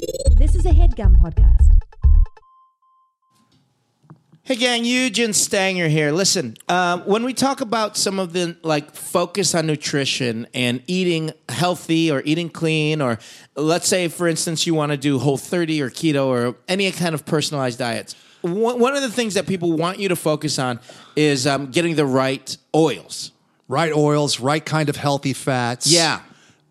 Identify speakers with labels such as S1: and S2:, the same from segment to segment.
S1: a headgum podcast.
S2: Hey gang, Eugen Stanger here. Listen, um, when we talk about some of the like focus on nutrition and eating healthy or eating clean, or let's say for instance you want to do Whole 30 or keto or any kind of personalized diets, one, one of the things that people want you to focus on is um, getting the right oils.
S3: right oils, right kind of healthy fats.
S2: Yeah.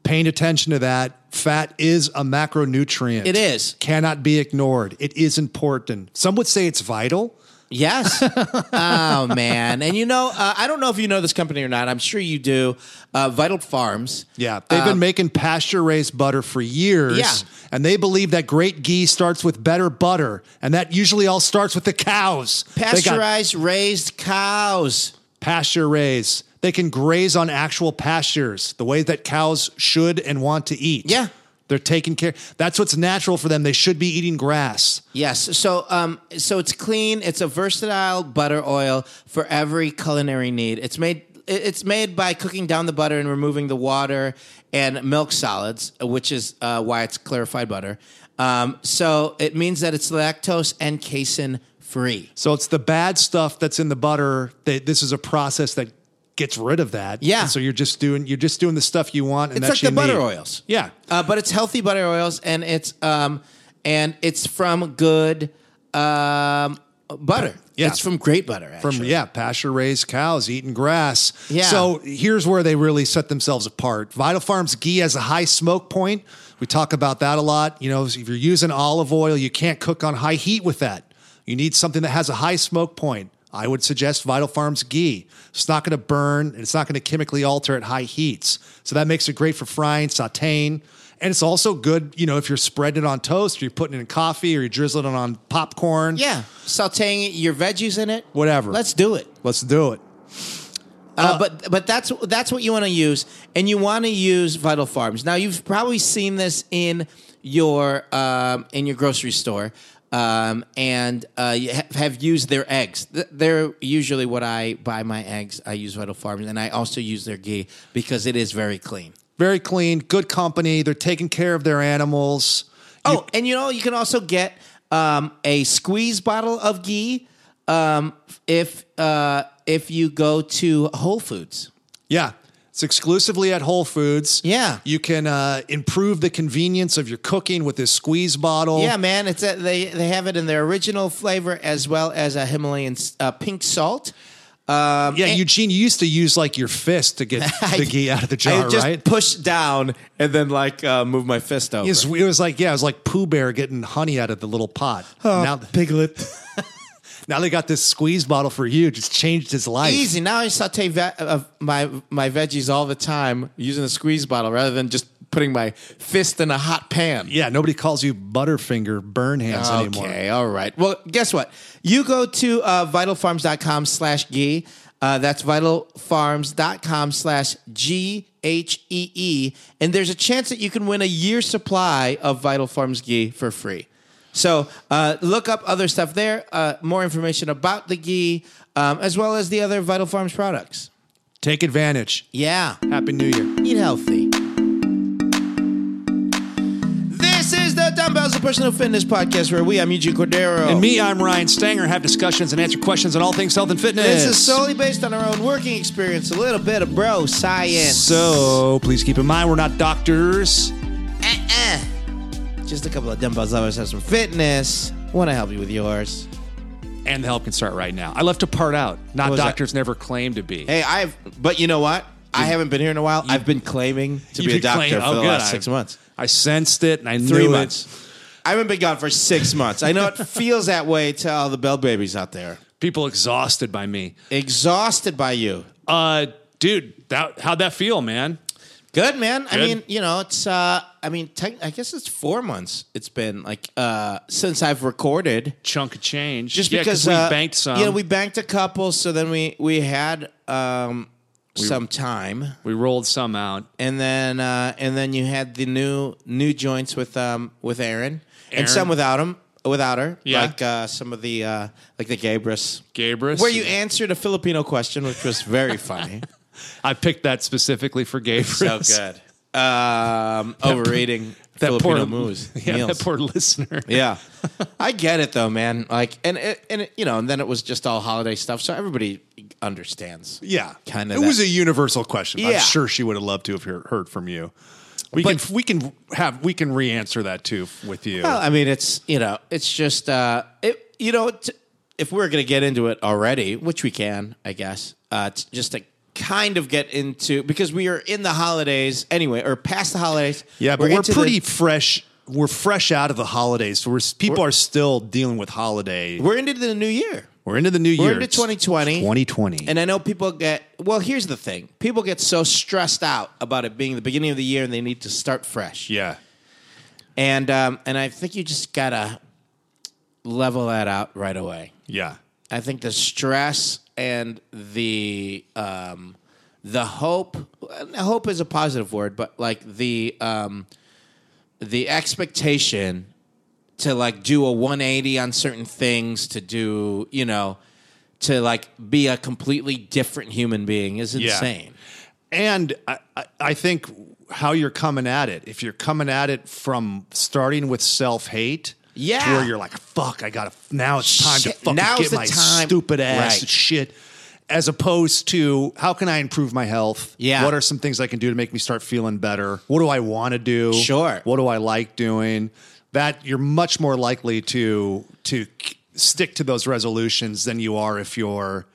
S3: Paying attention to that. Fat is a macronutrient.
S2: It is.
S3: Cannot be ignored. It is important. Some would say it's vital.
S2: Yes. oh man, and you know, uh, I don't know if you know this company or not. I'm sure you do. Uh, Vital Farms.
S3: Yeah. They've been making pasture raised butter for years.
S2: Uh, Yeah.
S3: And they believe that great ghee starts with better butter. And that usually all starts with the cows. They got
S2: Pasteurized raised cows.
S3: pasture raised. They can graze on actual pastures, the way that cows should and want to eat.
S2: Yeah.
S3: They're taking care. That's what's natural for them. They should be eating grass.
S2: Yes. So um so it's clean, it's a versatile butter oil for every culinary need. It's made it- it's made by cooking down the butter and removing the water and milk solids, which is uh, why it's clarified butter. Um, so it means that it's lactose and casein free.
S3: So it's the bad stuff that's in the butter. That this is a process that gets rid of that.
S2: Yeah.
S3: And so you're just doing you're just doing the stuff you want. And
S2: It's
S3: that
S2: like the
S3: you
S2: butter
S3: need.
S2: oils.
S3: Yeah.
S2: Uh, but it's healthy butter oils and it's um and it's from good um butter.
S3: Yeah.
S2: It's from great butter
S3: From
S2: actually.
S3: yeah, pasture raised cows eating grass.
S2: Yeah.
S3: So here's where they really set themselves apart. Vital Farms ghee has a high smoke point. We talk about that a lot. You know, if you're using olive oil, you can't cook on high heat with that. You need something that has a high smoke point. I would suggest Vital Farms ghee. It's not going to burn and it's not going to chemically alter at high heats. So that makes it great for frying, sauteing. And it's also good, you know, if you're spreading it on toast or you're putting it in coffee or you're drizzling it on popcorn.
S2: Yeah, sautéing your veggies in it.
S3: Whatever.
S2: Let's do it.
S3: Let's do it.
S2: Uh, but but that's that's what you want to use, and you want to use Vital Farms. Now you've probably seen this in your um, in your grocery store, um, and uh, you ha- have used their eggs. Th- They're usually what I buy my eggs. I use Vital Farms, and I also use their ghee because it is very clean.
S3: very clean, good company. They're taking care of their animals.
S2: Oh, and you know you can also get um, a squeeze bottle of ghee um, if uh, if you go to Whole Foods.
S3: Yeah. It's exclusively at Whole Foods.
S2: Yeah.
S3: You can uh, improve the convenience of your cooking with this squeeze bottle.
S2: Yeah, man, it's a, they they have it in their original flavor as well as a Himalayan uh, pink salt.
S3: Um, Yeah, Eugene, you used to use like your fist to get the ghee out of the
S2: I
S3: jar,
S2: would just
S3: right?
S2: push down and then like uh, move my fist over.
S3: It was, it was like, yeah, it was like Pooh Bear getting honey out of the little pot. Now,
S2: Oh, piglet.
S3: now they got this squeeze bottle for you. Just changed his life.
S2: Easy. Now I saute ve- uh, my my veggies all the time using a squeeze bottle rather than just putting my fist in a hot pan.
S3: Yeah, nobody calls you Butterfinger Burn Hands anymore.
S2: Okay, all right. Well, guess what? You go to uh, vitalfarms.com slash ghee. Uh, that's vitalfarms.com slash G H E E. And there's a chance that you can win a year's supply of Vital Farms ghee for free. So uh, look up other stuff there, uh, more information about the ghee, um, as well as the other Vital Farms products.
S3: Take advantage.
S2: Yeah.
S3: Happy New Year.
S2: Eat healthy. This is the Dumbbells of Personal Fitness Podcast where we, I'm Eugene Cordero.
S3: And me, I'm Ryan Stanger, have discussions and answer questions on all things health and fitness.
S2: This is solely based on our own working experience, a little bit of bro science.
S3: So please keep in mind we're not doctors.
S2: Uh-uh. just a couple of dumbbells lovers have some fitness. Want to help you with yours?
S3: And the help can start right now. I left a part out.
S2: What
S3: Not
S2: was that?
S3: doctors never claim to be.
S2: Hey, I've, but you know what? I haven't been here in a while. I've been claiming to
S3: You
S2: be a
S3: could
S2: doctor
S3: claim-
S2: for
S3: oh,
S2: the
S3: good.
S2: last six
S3: I-
S2: months.
S3: I sensed it and I knew
S2: Three
S3: it.
S2: months. I haven't been gone for six months. I know it feels that way to all the bell babies out there.
S3: People exhausted by me.
S2: Exhausted by you.
S3: Uh, dude, that, how'd that feel, man?
S2: Good man. I
S3: Good.
S2: mean, you know, it's. uh I mean, tech I guess it's four months. It's been like uh since I've recorded.
S3: Chunk of change.
S2: Just
S3: Yeah,
S2: because
S3: we
S2: uh,
S3: banked some.
S2: Yeah, we banked a couple. So then we we had um some time,
S3: we rolled some out.
S2: and then uh and then you had the new new joints with um with Aaron,
S3: Aaron.
S2: and some without him without her.
S3: Yeah.
S2: like uh, some of the uh like the Gabrus.
S3: Gabrus.
S2: Where you answered a Filipino question, which was very funny.
S3: I picked that specifically for
S2: so
S3: Gabriel.
S2: good. Um, overeating.
S3: That
S2: Filipino
S3: poor
S2: moves,
S3: Yeah,
S2: meals.
S3: that poor listener.
S2: Yeah, I get it though, man. Like, and it, and it, you know, and then it was just all holiday stuff, so everybody understands.
S3: Yeah,
S2: Kinda
S3: It
S2: that-
S3: was a universal question.
S2: Yeah.
S3: I'm sure she would have loved to have hear, heard from you. We can we can have we can re-answer that too f- with you.
S2: Well, I mean, it's you know, it's just uh, it. You know, t- if we're gonna get into it already, which we can, I guess, uh, t- just to kind of get into because we are in the holidays anyway, or past the holidays.
S3: yeah, but we're,
S2: into the-
S3: pretty fresh. We're fresh out of the holidays, so we're s- people are still dealing with holiday.
S2: we're into the new year.
S3: We're into the new year.
S2: into 2020.
S3: 2020.
S2: And I know people get well. Here's the thing: people get so stressed out about it being the beginning of the year, and they need to start fresh.
S3: yeah.
S2: And um, and I think you just gotta level that out right away.
S3: Yeah.
S2: I think the stress and the um, the hope hope is a positive word, but like the um, the expectation to like do a 180 on certain things, to do you know, to like be a completely different human being is
S3: Yeah.
S2: insane.
S3: And I, I- I think how you're coming at it, if you're coming at it from starting with self hate,
S2: Yeah.
S3: to where you're like, fuck, I gotta, now it's time
S2: Shit,
S3: to fucking
S2: now's
S3: get
S2: the
S3: my
S2: time.
S3: stupid ass
S2: Right.
S3: shit. As opposed to how can I improve my health?
S2: Yeah.
S3: What are some things I can do to make me start feeling better? What do I want to do?
S2: Sure.
S3: What do I like doing? That you're much more likely to to k- stick to those resolutions than you are if you're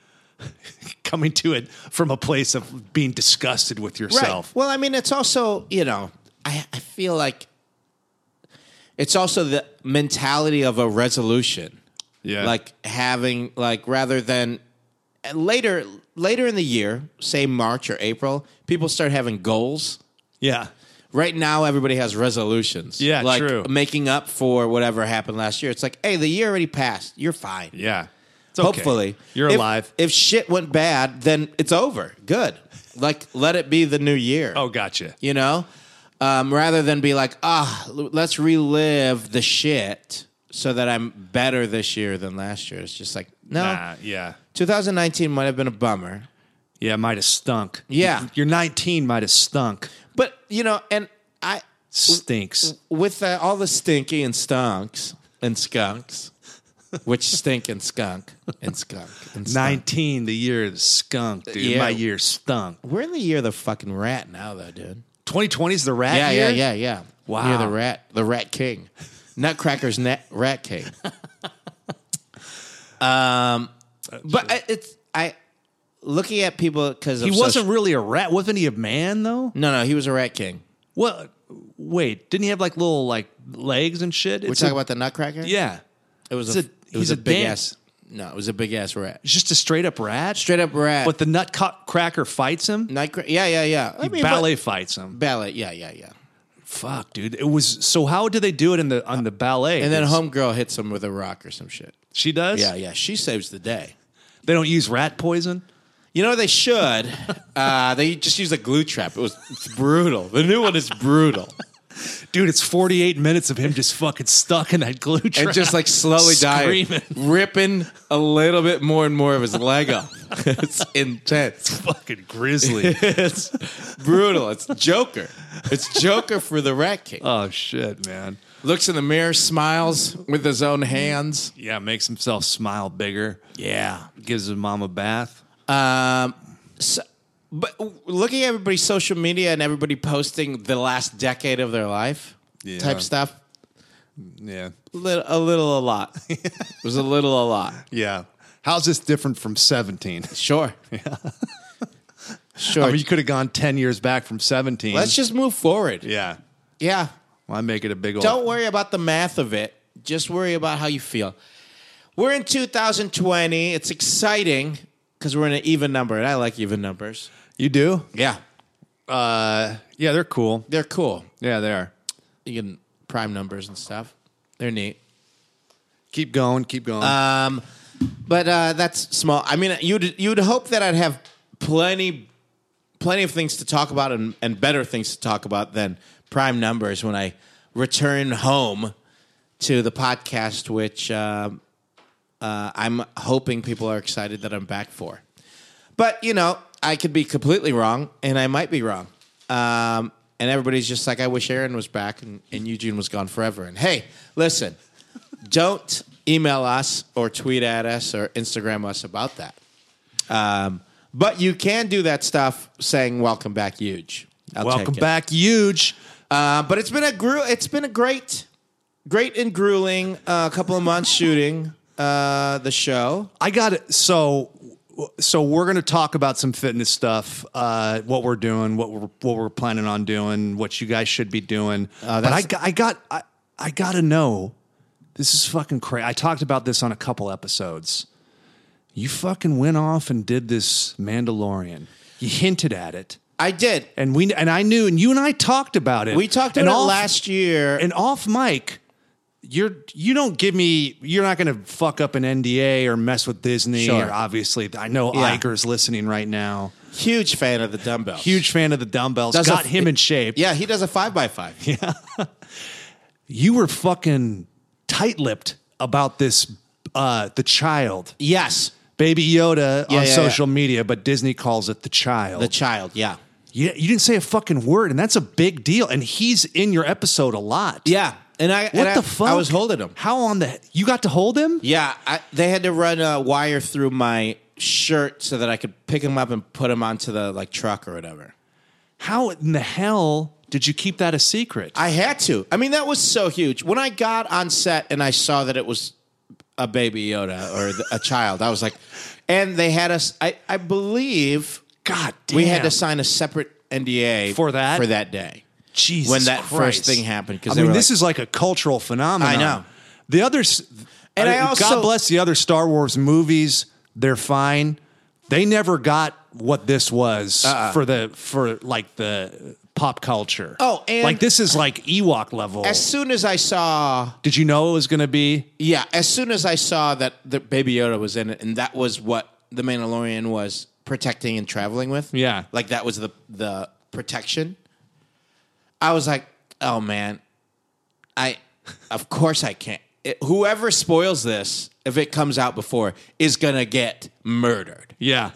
S3: coming to it from a place of being disgusted with yourself.
S2: Well, I mean, it's also you know, I, I feel like it's also the mentality of a resolution.
S3: Yeah.
S2: like having like rather than and later later in the year, say March or April, people start having goals.
S3: yeah.
S2: Right now, everybody has resolutions.
S3: Yeah,
S2: like
S3: true.
S2: Making up for whatever happened last year. It's like, hey, the year already passed. You're fine.
S3: Yeah. It's
S2: Hopefully,
S3: You're
S2: If-
S3: alive.
S2: If shit went bad, then it's over. Good. Like, let it be the new year
S3: Oh, gotcha.
S2: you know um, rather than be like ah l- let's relive the shit so that i'm better this year than last year it's just like no
S3: Nah, yeah.
S2: 2019 might have been a bummer
S3: Yeah, might have stunk.
S2: Yeah.
S3: Your 19 might have stunk.
S2: but you know and i
S3: Stinks.
S2: with uh, all the stinky and stunks and skunks which stink and skunk and skunk and skunk
S3: 19, the year of the skunk, dude.
S2: Yeah.
S3: My year stunk.
S2: we're in the year of the fucking rat now though dude
S3: 2020 is the rat
S2: yeah
S3: year?
S2: yeah yeah yeah
S3: Wow.
S2: Year of the rat the rat king nutcracker's net, rat king
S3: Um,
S2: But I, it's I looking at people because
S3: He wasn't really a rat. Wasn't he a man, though?
S2: no, no, he was a rat king.
S3: Well, wait. Didn't he have like little like legs and shit?
S2: We
S3: It's
S2: talk
S3: a-
S2: about the Nutcracker.
S3: Yeah.
S2: it was
S3: it's
S2: a,
S3: a-
S2: it was
S3: he's
S2: a,
S3: a
S2: big
S3: dan-
S2: ass. No, it was a big ass rat.
S3: It's just a straight up rat.
S2: Straight up rat.
S3: But the nutcracker fights him.
S2: Nutcracker. Yeah, yeah, yeah. I mean,
S3: ballet fights him.
S2: but- ballet. Yeah, yeah, yeah.
S3: Fuck, dude. It was so. How did they do it in the on the ballet?
S2: And then
S3: It's-
S2: homegirl hits him with a rock or some shit.
S3: she does.
S2: Yeah, yeah. She saves the day.
S3: They don't use rat poison.
S2: You know they should. uh, they just use a glue trap. It was it's brutal. The new one is brutal.
S3: Dude, it's 48 minutes of him just fucking stuck in that glue trap.
S2: and just like slowly dying,
S3: Screaming.
S2: ripping a little bit more and more of his leg off. it's intense.
S3: fucking grizzly.
S2: It's brutal. It's Joker. It's Joker for the Rat King.
S3: oh shit, man.
S2: Looks in the mirror, smiles with his own hands.
S3: Yeah, makes himself smile bigger.
S2: Yeah.
S3: Gives his mom a bath.
S2: Um, so, but looking at everybody's social media and everybody posting the last decade of their life
S3: Yeah.
S2: type stuff,
S3: Yeah.
S2: lit- a little a lot. it was a little a lot.
S3: Yeah. How's this different from 17?
S2: Sure. Sure.
S3: I mean, you could have gone 10 years back from 17.
S2: Let's just move forward.
S3: yeah.
S2: yeah.
S3: Why make it a big old
S2: Don't worry about the math of it. Just worry about how you feel. We're in 2020. It's exciting because we're in an even number, and I like even numbers.
S3: You do?
S2: Yeah,
S3: Uh yeah, they're cool.
S2: they're cool.
S3: Yeah, they are.
S2: You can prime numbers and stuff. They're neat.
S3: Keep going, keep going.
S2: Um, but uh, that's small. I mean, you'd you'd hope that I'd have plenty, plenty of things to talk about and, and better things to talk about than prime numbers when I return home to the podcast, which um uh, I'm hoping people are excited that I'm back for. But you know, I could be completely wrong, and I might be wrong. Um, and everybody's just like, I wish Aaron was back and, and Eugene was gone forever. And hey, listen, don't email us or tweet at us or Instagram us about that. Um, but you can do that stuff saying "Welcome back, huge." I'll
S3: Welcome
S2: take it.
S3: back, huge.
S2: Uh, but it's been a gru- It's been a great, great and grueling uh, couple of months shooting uh, the show.
S3: I got it. So, so we're going to talk about some fitness stuff, uh, what we're doing, what we're what we're planning on doing, what you guys should be doing. but I,
S2: Uh, that's-
S3: got- I got I, I got to know. This is fucking crazy. I talked about this on a couple episodes. You fucking went off and did this Mandalorian. You hinted at it,
S2: I did.
S3: and we and I knew, and you and I talked about it.
S2: We talked
S3: And
S2: about it
S3: all-
S2: last year.
S3: and off mic, you're you don't give me you're not going to fuck up an NDA or mess with Disney.
S2: Sure.
S3: Or obviously, I know
S2: Yeah.
S3: Iger's listening right now.
S2: huge fan of the dumbbell.
S3: Huge fan of the dumbbells.
S2: Does a-
S3: Got him in shape.
S2: Yeah, he does a five by five.
S3: You were fucking tight lipped about this. Uh, the child,
S2: Yes,
S3: Baby Yoda
S2: Yeah,
S3: on
S2: yeah,
S3: social media, but Disney calls it the child.
S2: the child. Yeah,
S3: you, you didn't say a fucking word, and that's a big deal. And he's in your episode a lot.
S2: yeah. And I
S3: What
S2: and
S3: the
S2: I,
S3: fuck?
S2: I was holding him.
S3: How on the? You got to hold him?
S2: Yeah, I, they had to run a wire through my shirt so that I could pick him up and put him onto the like truck or whatever.
S3: How in the hell did you keep that a secret?
S2: I had to. I mean, that was so huge. When I got on set and I saw that it was a baby Yoda or th- a child, I was like, and they had us. I, I believe
S3: God damn.
S2: we had to sign a separate NDA
S3: For that?
S2: for that day.
S3: Jesus
S2: when that
S3: Christ.
S2: first thing happened, 'cause
S3: I
S2: they
S3: mean,
S2: were
S3: this
S2: like-
S3: is like a cultural phenomenon.
S2: I know.
S3: The others,
S2: And I
S3: God
S2: also-
S3: bless the other Star Wars movies. They're fine. They never got what this was
S2: Uh-uh.
S3: for the for like the pop culture.
S2: Oh, and-
S3: like this is like Ewok level.
S2: As soon as I saw,
S3: Did you know it was going to be?
S2: yeah, as soon as I saw that the baby Yoda was in it, and that was what the Mandalorian was protecting and traveling with.
S3: Yeah.
S2: like that was the the protection. I was like, oh man, I, of course I can't. It- whoever spoils this, if it comes out before, is gonna get murdered,
S3: Yeah.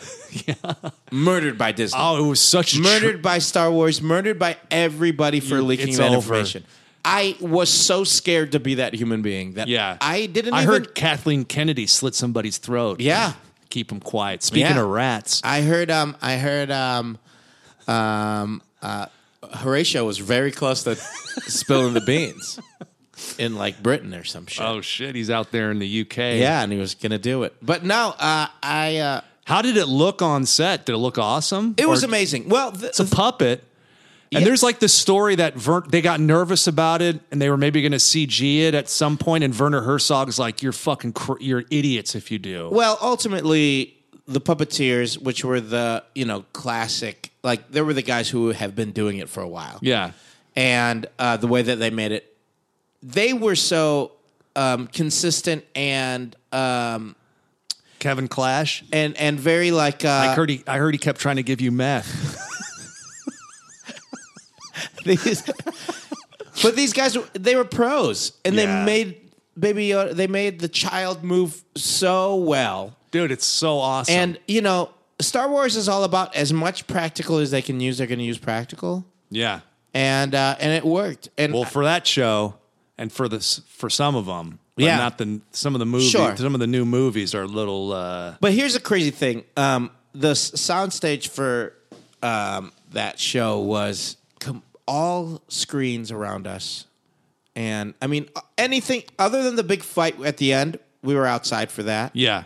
S2: murdered by Disney.
S3: Oh, it was such a
S2: murdered by Star Wars, murdered by everybody for leaking
S3: it's
S2: that
S3: over.
S2: information. I was so scared to be that human being that
S3: Yeah,
S2: I didn't.
S3: I
S2: even,
S3: heard Kathleen Kennedy slit somebody's throat.
S2: Yeah.
S3: keep them quiet. Speaking
S2: Yeah.
S3: of rats,
S2: I heard. Um. I heard. Um. Um. Uh. Horatio was very close to spilling the beans in like Britain or some shit.
S3: oh shit, he's out there in the UK.
S2: Yeah, and he was gonna do it, but no. Uh. I. Uh,
S3: How did it look on set? Did it look awesome?
S2: it was
S3: Or-
S2: amazing. Well, th-
S3: It's a puppet. And
S2: Yeah.
S3: there's like this story that Vern, they got nervous about it, and they were maybe going to CG it at some point. And Werner Herzog's like, "You're fucking, cr- you're idiots if you do."
S2: Well, ultimately, the puppeteers, which were the you know classic, like there were the guys who have been doing it for a while.
S3: yeah,
S2: and uh, the way that they made it, they were so um, consistent and um,
S3: Kevin Clash.
S2: and and very like
S3: I
S2: uh,
S3: heard he, I heard he kept trying to give you meth.
S2: these, but these guys were- they were pros, and
S3: Yeah.
S2: they made baby Yoda, they made the child move so well.
S3: Dude, it's so awesome.
S2: And you know, Star Wars is all about as much practical as they can use. They're going to use practical.
S3: yeah,
S2: and uh, and it worked. And
S3: well, for that show, and for this, for some of them,
S2: Yeah.
S3: not the some of the movies,
S2: Sure.
S3: some of the new movies are a little. Uh,
S2: but here's the crazy thing: um, the s- soundstage for um, that show was com- all screens around us, and I mean anything other than the big fight at the end. We were outside for that.
S3: yeah,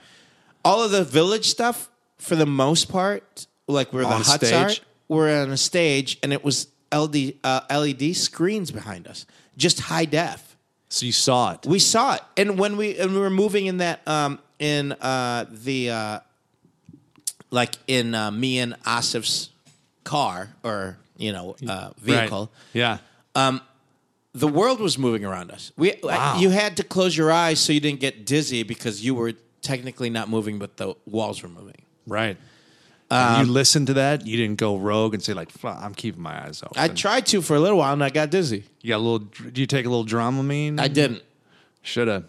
S2: All of the village stuff, for the most part, like where the
S3: On a
S2: huts
S3: stage?
S2: are, were on a stage, and it was LD, uh, LED screens behind us, just high def.
S3: so you saw it.
S2: We saw it, and when we and we were moving in that um in uh the uh like in uh, me and Asif's car or you know uh,
S3: Right.
S2: vehicle,
S3: Yeah.
S2: the world was moving around us. We
S3: Wow.
S2: you had to close your eyes so you didn't get dizzy because you were technically not moving, but the walls were moving.
S3: Right. And you listened to that. You didn't go rogue and say like, "Fuck, "I'm keeping my eyes open."
S2: I tried to for a little while and I got dizzy.
S3: you got a little. Do you take a little Dramamine?
S2: I didn't.
S3: should have.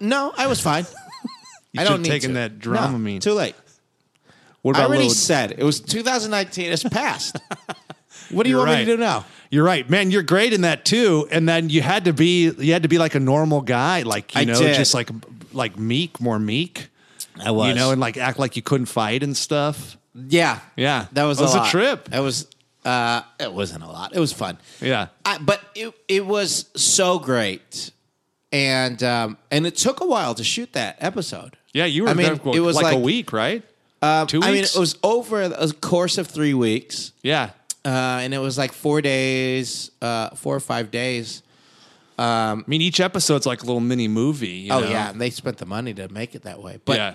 S2: No, I was fine. I don't
S3: should've
S2: need
S3: taken
S2: to.
S3: that
S2: No,
S3: Dramamine.
S2: too late.
S3: What
S2: I
S3: about a
S2: already
S3: little?
S2: said it was 2019. It's past. what do you
S3: You're
S2: want me to do
S3: right.
S2: now?
S3: You're right, man. You're great in that too. And then you had to be you had to be like a normal guy, like you
S2: I
S3: know,
S2: did.
S3: just like like meek, more meek.
S2: I was.
S3: you know, and like act like you couldn't fight and stuff.
S2: Yeah,
S3: Yeah.
S2: that was,
S3: That was
S2: a,
S3: a
S2: lot.
S3: trip.
S2: That was uh, it wasn't a lot. It was fun.
S3: Yeah.
S2: I, but it it was so great, and um, and it took a while to shoot that episode.
S3: Yeah, you were.
S2: I mean,
S3: there for
S2: it was
S3: like, a
S2: like- uh,
S3: week, right? Two weeks.
S2: I mean, it was over a course of three weeks,
S3: yeah,
S2: uh, and it was like four days, uh, four or five days.
S3: I mean, each episode's like a little mini movie. you
S2: Oh
S3: know?
S2: yeah, and they spent the money to make it that way. But
S3: yeah.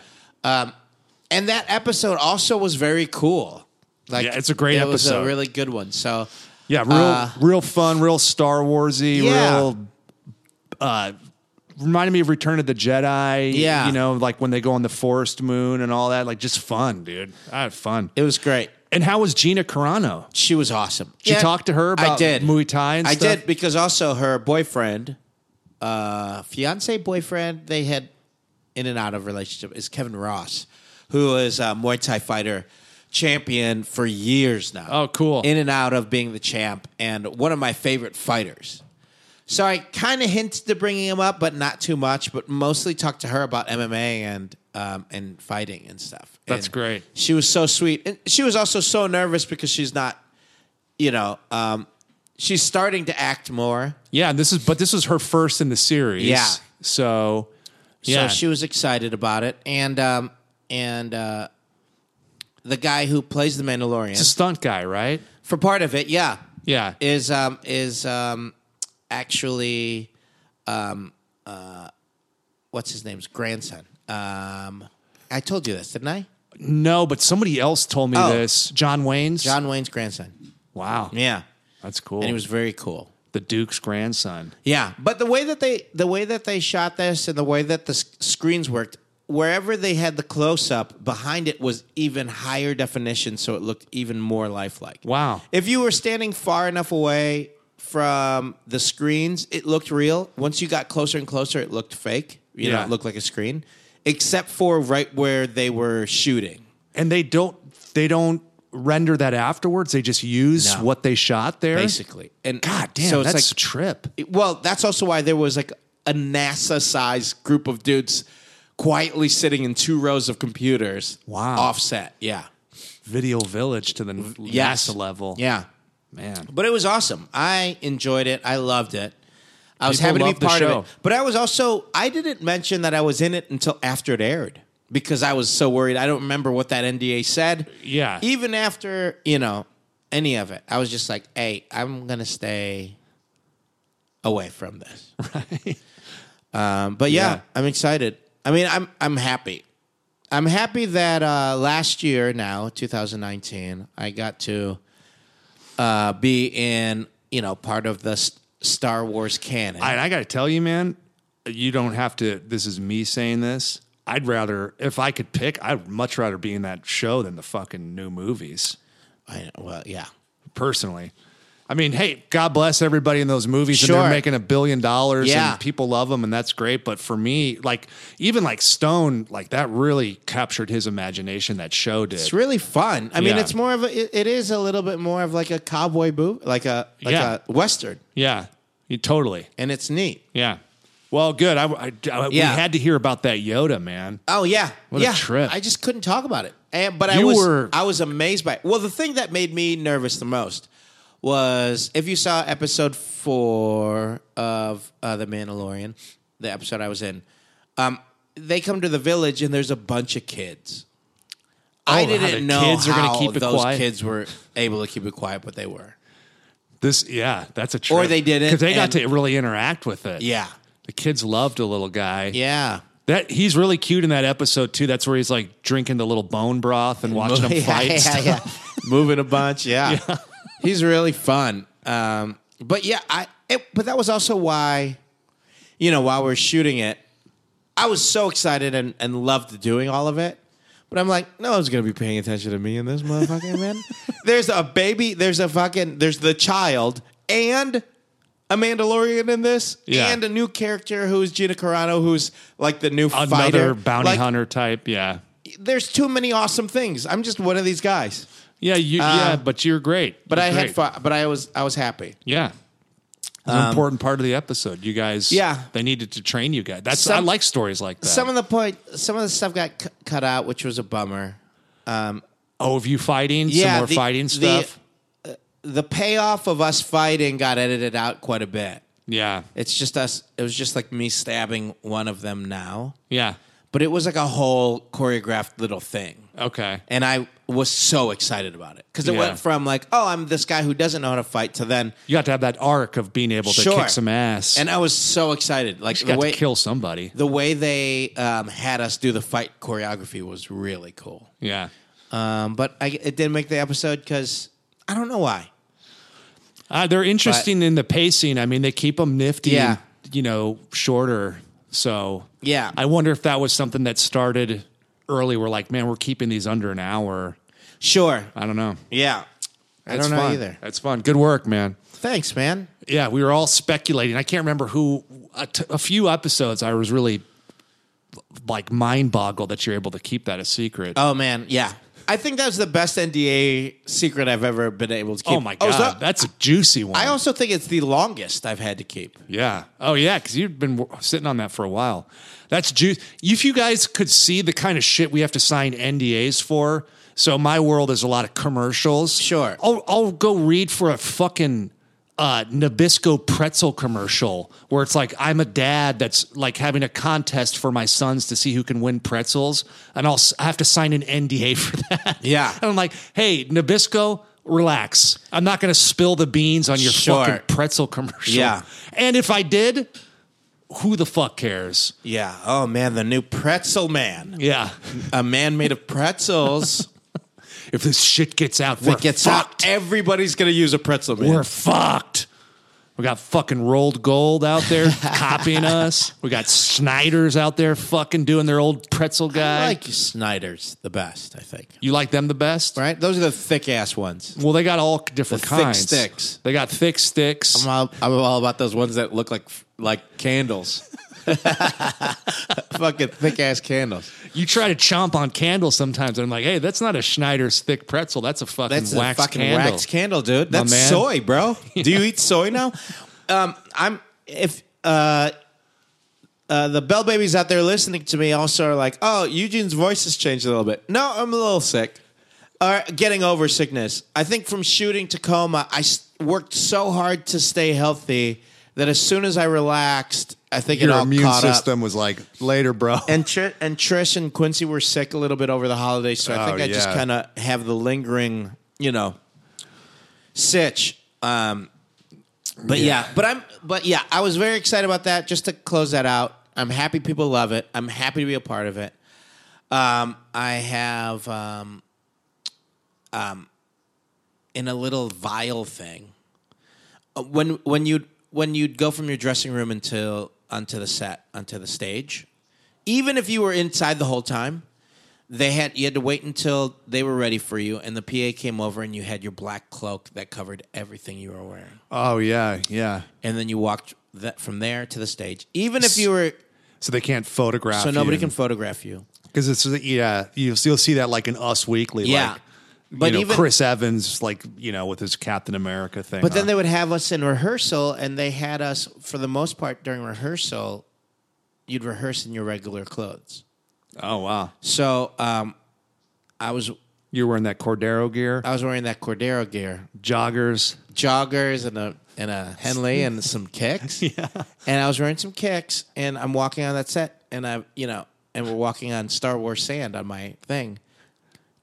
S2: and that episode also was very cool. Like,
S3: Yeah, it's a great
S2: it was a
S3: episode.
S2: really good one. So
S3: Yeah, real, real fun, real Star Warsy,
S2: uh, Yeah.
S3: real. Uh, reminded me of Return of the Jedi.
S2: Yeah.
S3: you know, like when they go on the forest moon and all that. Like, just fun, dude. I had fun.
S2: it was great.
S3: And how was Gina Carano?
S2: She was awesome.
S3: Did you talk to her
S2: I
S3: about
S2: did.
S3: Muay Thai and
S2: I
S3: stuff?
S2: did because also her boyfriend, uh, fiance boyfriend, they had in and out of relationship is Kevin Ross, who is a Muay Thai fighter champion for years now.
S3: Oh, cool.
S2: In and out of being the champ and one of my favorite fighters. So I kind of hinted to bringing him up, but not too much. But mostly talked to her about MMA and um, and fighting and stuff.
S3: That's
S2: And
S3: great.
S2: She was so sweet, and she was also so nervous because she's not, you know, um, she's starting to act more.
S3: Yeah, and this is but this was her first in the series.
S2: Yeah.
S3: so yeah,
S2: So she was excited about it, and um, and uh, the guy who plays the Mandalorian
S3: it's a stunt guy, right?
S2: for part of it, yeah,
S3: Yeah,
S2: is um is um actually um uh what's his name's grandson. Um, I told you this, didn't I?
S3: no, but somebody else told me
S2: Oh.
S3: this. John Wayne's.
S2: John Wayne's grandson.
S3: Wow,
S2: Yeah,
S3: that's cool.
S2: and he was very cool.
S3: the Duke's grandson.
S2: Yeah, but the way that they the way that they shot this and the way that the s- screens worked, wherever they had the close up behind it was even higher definition, so it looked even more lifelike.
S3: Wow.
S2: If you were standing far enough away from the screens, it looked real. Once you got closer and closer, it looked fake. You know,
S3: Yeah.
S2: it looked like a screen, except for right where they were shooting.
S3: and they don't they don't render that afterwards. They just use
S2: No.
S3: what they shot there.
S2: Basically, and
S3: God damn,
S2: so it's
S3: that's
S2: like
S3: a trip.
S2: It- Well, that's also why there was like a NASA sized group of dudes quietly sitting in two rows of computers.
S3: Wow.
S2: Offset. Yeah.
S3: Video village to the n-
S2: Yes.
S3: NASA level.
S2: Yeah.
S3: man.
S2: But it was awesome. I enjoyed it. I loved it. I was
S3: People
S2: happy to
S3: love
S2: be
S3: the
S2: part
S3: show.
S2: of it. But I was also, I didn't mention that I was in it until after it aired because I was so worried. I don't remember what that NDA said.
S3: Yeah.
S2: Even after, you know, any of it, I was just like, hey, I'm going to stay away from this. Um, but yeah,
S3: Yeah.
S2: I'm excited. I mean, I'm I'm happy. I'm happy that uh, last year now, 2019, I got to uh, be in you know part of the S- Star Wars canon.
S3: I, I got to tell you, man. You don't have to. This is me saying this. I'd rather, if I could pick, I'd much rather be in that show than the fucking new movies.
S2: I- well, yeah,
S3: Personally, I mean, hey, God bless everybody in those movies, and
S2: Sure.
S3: they're making a billion dollars,
S2: Yeah.
S3: and people love them, and that's great. But for me, like even like Stone, like that really captured his imagination. That show did.
S2: it's really fun. I mean,
S3: Yeah.
S2: it's more of a, it, it is a little bit more of like a cowboy boot, like a like
S3: Yeah.
S2: a western,
S3: Yeah, you, totally.
S2: and it's neat.
S3: Yeah. Well, good. I, I-
S2: Yeah.
S3: I- we had to hear about that Yoda man.
S2: Oh yeah,
S3: a
S2: yeah.
S3: trip.
S2: I just couldn't talk about it, and, but I
S3: You
S2: was
S3: were-
S2: I was amazed by it. Well, the thing that made me nervous the most was if you saw episode four of uh, the Mandalorian, the episode I was in. Um, they come to the village and there's a bunch of kids. I
S3: Oh, how the
S2: didn't know
S3: kids are gonna
S2: how
S3: keep it
S2: those
S3: quiet.
S2: kids were able to keep it quiet, but they were.
S3: This, yeah, that's a trip.
S2: Or they didn't,
S3: because they got
S2: and-
S3: to really interact with it.
S2: Yeah,
S3: the kids loved a little guy.
S2: yeah.
S3: that he's really cute in that episode too. That's where he's like drinking the little bone broth and watching him fight. and stuff.
S2: moving a bunch. Yeah, he's really fun. Um, but yeah, I. It, but that was also why, you know, while we are shooting it, I was so excited and and loved doing all of it. But I'm like, no one's gonna be paying attention to me in this motherfucking man. There's a baby. There's a fucking. There's the child and. A Mandalorian in this,
S3: Yeah.
S2: and a new character who's Gina Carano, who's like the new
S3: Another
S2: fighter,
S3: bounty
S2: Like,
S3: hunter type. Yeah,
S2: there's too many awesome things. I'm just one of these guys.
S3: Yeah, you, yeah, but you're great.
S2: Uh, But
S3: You're
S2: I
S3: great.
S2: had fun. But I was I was happy.
S3: Yeah. An important part of the episode. You guys,
S2: Um, Yeah.
S3: they needed to train you guys. That's I
S2: Some-
S3: like stories like that.
S2: Some of the point, some of the stuff got cu- cut out, which was a bummer.
S3: oh, of you fighting, some
S2: Yeah,
S3: more
S2: the-
S3: fighting
S2: the- uh,
S3: stuff.
S2: The payoff of us fighting got edited out quite a bit.
S3: yeah,
S2: It's just us. It was just like me stabbing one of them now,
S3: yeah,
S2: but it was like a whole choreographed little thing,
S3: okay,
S2: and I was so excited about it because it
S3: Yeah.
S2: went from like, oh, I'm this guy who doesn't know how to fight, to then,
S3: you got to have that arc of being able to
S2: Sure.
S3: kick some ass
S2: and I was so excited. Like
S3: you
S2: the
S3: got
S2: way
S3: to kill somebody.
S2: the way they um, had us do the fight choreography was really cool.
S3: Yeah,
S2: Um, but I, it didn't make the episode because I don't know why.
S3: uh, they're interesting in the pacing. I mean, they keep them nifty,
S2: Yeah.
S3: and, you know, shorter. So
S2: Yeah.
S3: I wonder if that was something that started early. We're like, man, we're keeping these under an hour.
S2: Sure.
S3: I don't know.
S2: Yeah. I
S3: That's
S2: don't know
S3: fun.
S2: either.
S3: That's fun. Good work, man.
S2: Thanks, man.
S3: Yeah, we were all speculating. I can't remember who. A, t- a few episodes, I was really like mind boggled that you're able to keep that a secret.
S2: Oh man, yeah. I think that was the best NDA secret I've ever been able to keep.
S3: oh my god,
S2: so-
S3: that's a juicy one.
S2: I also think it's the longest I've had to keep.
S3: yeah. Oh yeah, because you've been w- sitting on that for a while. That's juice. If you guys could see the kind of shit we have to sign NDAs for. So my world is a lot of commercials.
S2: Sure.
S3: I'll, I'll go read for a fucking uh, Nabisco pretzel commercial where it's like, I'm a dad that's like having a contest for my sons to see who can win pretzels. And I'll s- I have to sign an NDA for that.
S2: Yeah.
S3: And I'm like, hey, Nabisco, relax. I'm not going to spill the beans on your
S2: Sure.
S3: fucking pretzel commercial.
S2: Yeah.
S3: And if I did, who the fuck cares?
S2: Yeah. Oh man, the new pretzel man.
S3: Yeah.
S2: A man made of pretzels.
S3: If this shit gets out, we're
S2: that gets
S3: fucked.
S2: out. Everybody's gonna use a pretzel man.
S3: We're fucked. We got fucking rolled gold out there copying us. We got Snyders out there fucking doing their old pretzel guy.
S2: I like Snyder's the best, I think.
S3: you like them the best?
S2: Right? Those are the thick ass ones.
S3: Well, they got all different
S2: The thick
S3: kinds.
S2: sticks.
S3: They got thick sticks.
S2: I'm all, I'm all about those ones that look like like candles. Fucking thick ass candles.
S3: you try to chomp on candles sometimes, and I'm like, hey, that's not a Schneider's thick pretzel. That's a fucking
S2: That's a
S3: wax
S2: fucking
S3: candle.
S2: wax candle, dude. That's
S3: man.
S2: soy, bro. Do you eat soy now? Um, I'm if uh, uh, the bell babies out there listening to me also are like, oh, Eugene's voice has changed a little bit. No, I'm a little sick. Or getting over sickness. I think from shooting Tacoma, I s- worked so hard to stay healthy that as soon as I relaxed, I think it
S4: Your
S2: all
S4: immune
S2: caught up.
S4: system was like, later, bro.
S2: And Tr- and Trish and Quincy were sick a little bit over the holidays, so I think
S4: Oh,
S2: I just
S4: yeah.
S2: kind of have the lingering, you know, sitch. Um, but yeah. but I'm, but yeah, I was very excited about that. Just to close that out, I'm happy people love it. I'm happy to be a part of it. Um, I have, um, um, in a little vial thing uh, when when you would when you'd go from your dressing room until onto the set onto the stage, even if you were inside the whole time, they had you had to wait until they were ready for you, and the PA came over and you had your black cloak that covered everything you were wearing,
S4: oh, yeah, yeah.
S2: and then you walked that from there to the stage, even if you were
S4: So they can't photograph
S2: so nobody can photograph you.
S4: Because it's, yeah, you'll, you'll see that like in Us Weekly.
S2: Yeah.
S4: Like,
S2: But
S4: you know,
S2: even-
S4: Chris Evans, like, you know, with his Captain America thing.
S2: But then
S4: on.
S2: they would have us in rehearsal, and they had us for the most part during rehearsal. You'd rehearse in your regular clothes,
S3: oh, wow.
S2: so um, I was
S3: You're wearing that Cordero gear,
S2: I was wearing that Cordero gear,
S3: joggers.
S2: joggers and a and a Henley and some kicks. yeah. And I was wearing some kicks, and I'm walking on that set, and I, you know, and we're walking on Star Wars sand on my thing.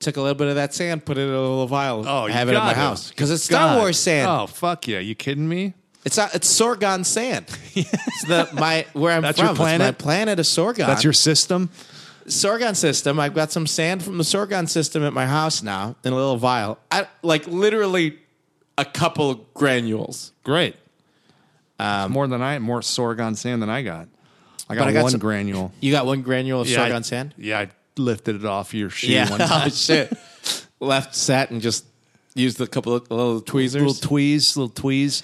S2: Took a little bit of that sand, put it in a little vial.
S3: Oh,
S2: I
S3: you
S2: have it at my
S3: gotta.
S2: house because it's Star
S3: God.
S2: Wars sand.
S3: Oh, fuck yeah. You kidding me?
S2: It's not, it's Sorgon sand. it's the my where I'm
S3: That's
S2: from.
S3: your planet?
S2: It's my planet is Sorgon.
S3: That's your system?
S2: Sorgon system. I've got some sand from the Sorgon system at my house now in a little vial. I like literally a couple granules.
S3: Great. more than I more sorgon sand than I got. I
S2: Um, But
S3: got,
S2: I got
S3: one
S2: some-
S3: granule.
S2: You got one granule of
S3: I,
S2: Sorgon sand?
S3: Yeah, I lifted it off your shoe one time.
S2: oh, shit. Left set and just used a couple of little tweezers.
S3: little tweeze, little tweeze.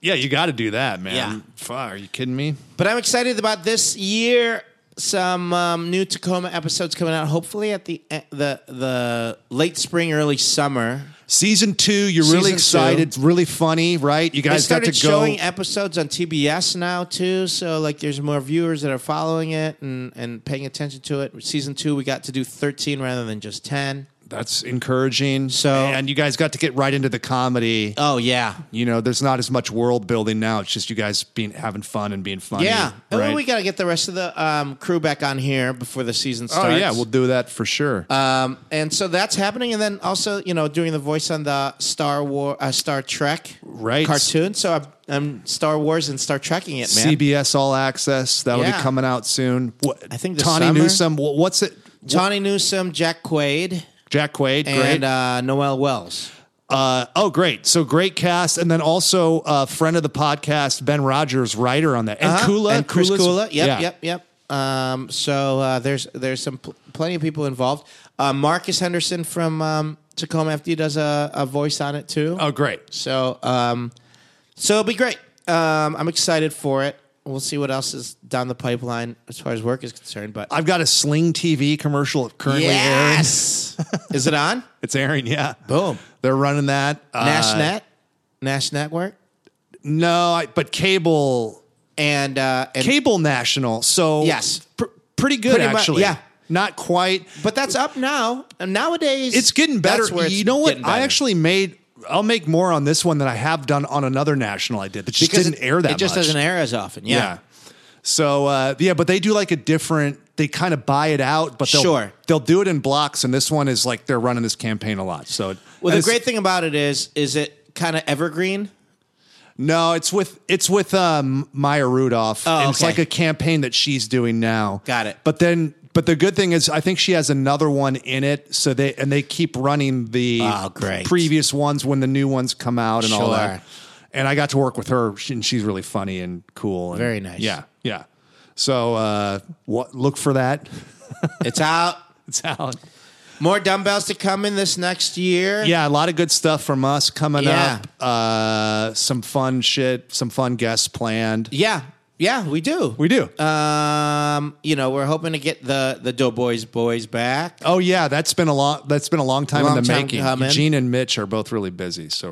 S3: yeah, you got to do that, man.
S2: Um, Yeah.
S3: Fuck, are you kidding me?
S2: but I'm excited about this year some um, new Tacoma episodes coming out. Hopefully at the e- the the late spring, early summer.
S3: Season two, you're
S2: Season
S3: really
S2: two.
S3: excited, really funny, right? You
S2: They
S3: guys got to
S2: started
S3: go.
S2: showing episodes on TBS now too, so like there's more viewers that are following it and and paying attention to it. Season two, we got to do 13 rather than just 10.
S3: That's encouraging.
S2: So-
S3: and you guys got to get right into the comedy.
S2: Oh yeah,
S3: you know, there's not as much world building now. It's just you guys being having fun and being funny.
S2: yeah. And
S3: right?
S2: we got to get the rest of the um, crew back on here before the season
S3: oh
S2: starts.
S3: yeah, we'll do that for sure.
S2: Um, and so that's happening, and then also you know doing the voice on the Star War, uh, Star Trek
S3: Right.
S2: cartoon. So I'm, I'm Star Wars and Star Trekking it, man.
S3: CBS All Access that'll
S2: Yeah.
S3: be coming out soon. What,
S2: I think this
S3: Tawny
S2: summer.
S3: Newsome. wh- What's it?
S2: Tawny Newsom, Jack Quaid,
S3: Jack Quaid.
S2: and
S3: Great.
S2: uh, Noel Wells.
S3: Uh, oh, great. So great cast. And then also uh, friend of the podcast, Ben Rogers, writer on that. And
S2: Uh-huh.
S3: Kula.
S2: and Chris
S3: Kula's-
S2: Kula. Yep,
S3: Yeah.
S2: yep, yep. Um, so uh, there's there's some pl- plenty of people involved. Uh, Marcus Henderson from um, Tacoma FD does a, a voice on it too.
S3: Oh, great.
S2: So, um, so it'll be great. Um, I'm excited for it. We'll see what else is down the pipeline as far as work is concerned. But
S3: I've got a Sling TV commercial currently airing.
S2: yes, is it on
S3: It's airing, yeah.
S2: Boom.
S3: They're running that. Uh,
S2: NashNet, Nash Network,
S3: No, I, but cable,
S2: and uh, and
S3: cable national. So
S2: Yes.
S3: pr- pretty good
S2: Pretty much,
S3: actually.
S2: yeah.
S3: not quite.
S2: but that's up now. And nowadays,
S3: It's getting better.
S2: that's where it's
S3: you know what?
S2: getting
S3: I
S2: better.
S3: actually made. I'll make more on this one than I have done on another national I did that just
S2: Because
S3: didn't air that.
S2: It just
S3: much.
S2: doesn't air as often.
S3: Yeah.
S2: Yeah.
S3: So uh, yeah, but they do like a different. They kind of buy it out, but they'll,
S2: Sure.
S3: they'll do it in blocks. And this one is like they're running this campaign a lot. So
S2: Well,
S3: and
S2: the
S3: it's-
S2: great thing about it is, is it kind of evergreen?
S3: No, it's with it's with um, Maya Rudolph.
S2: Oh,
S3: and It's
S2: okay.
S3: like a campaign that she's doing now.
S2: Got it.
S3: But then, but the good thing is, I think she has another one in it. So they and they keep running the
S2: Oh, great.
S3: previous ones when the new ones come out and all
S2: Sure.
S3: that. And I got to work with her, she- and she's really funny and cool. and-
S2: Very nice.
S3: Yeah, yeah. So uh, what? Look for that.
S2: It's out.
S3: It's out.
S2: More dumbbells to come in this next year.
S3: Yeah, a lot of good stuff from us coming
S2: Yeah.
S3: up. Uh, some fun shit. Some fun guests planned.
S2: Yeah. Yeah, we do.
S3: We do.
S2: Um, you know, we're hoping to get the the Doughboys boys back.
S3: Oh yeah, that's been a long that's been a long time
S2: Long
S3: in the
S2: time
S3: making.
S2: coming. Uh,
S3: Gene and Mitch are both really busy, so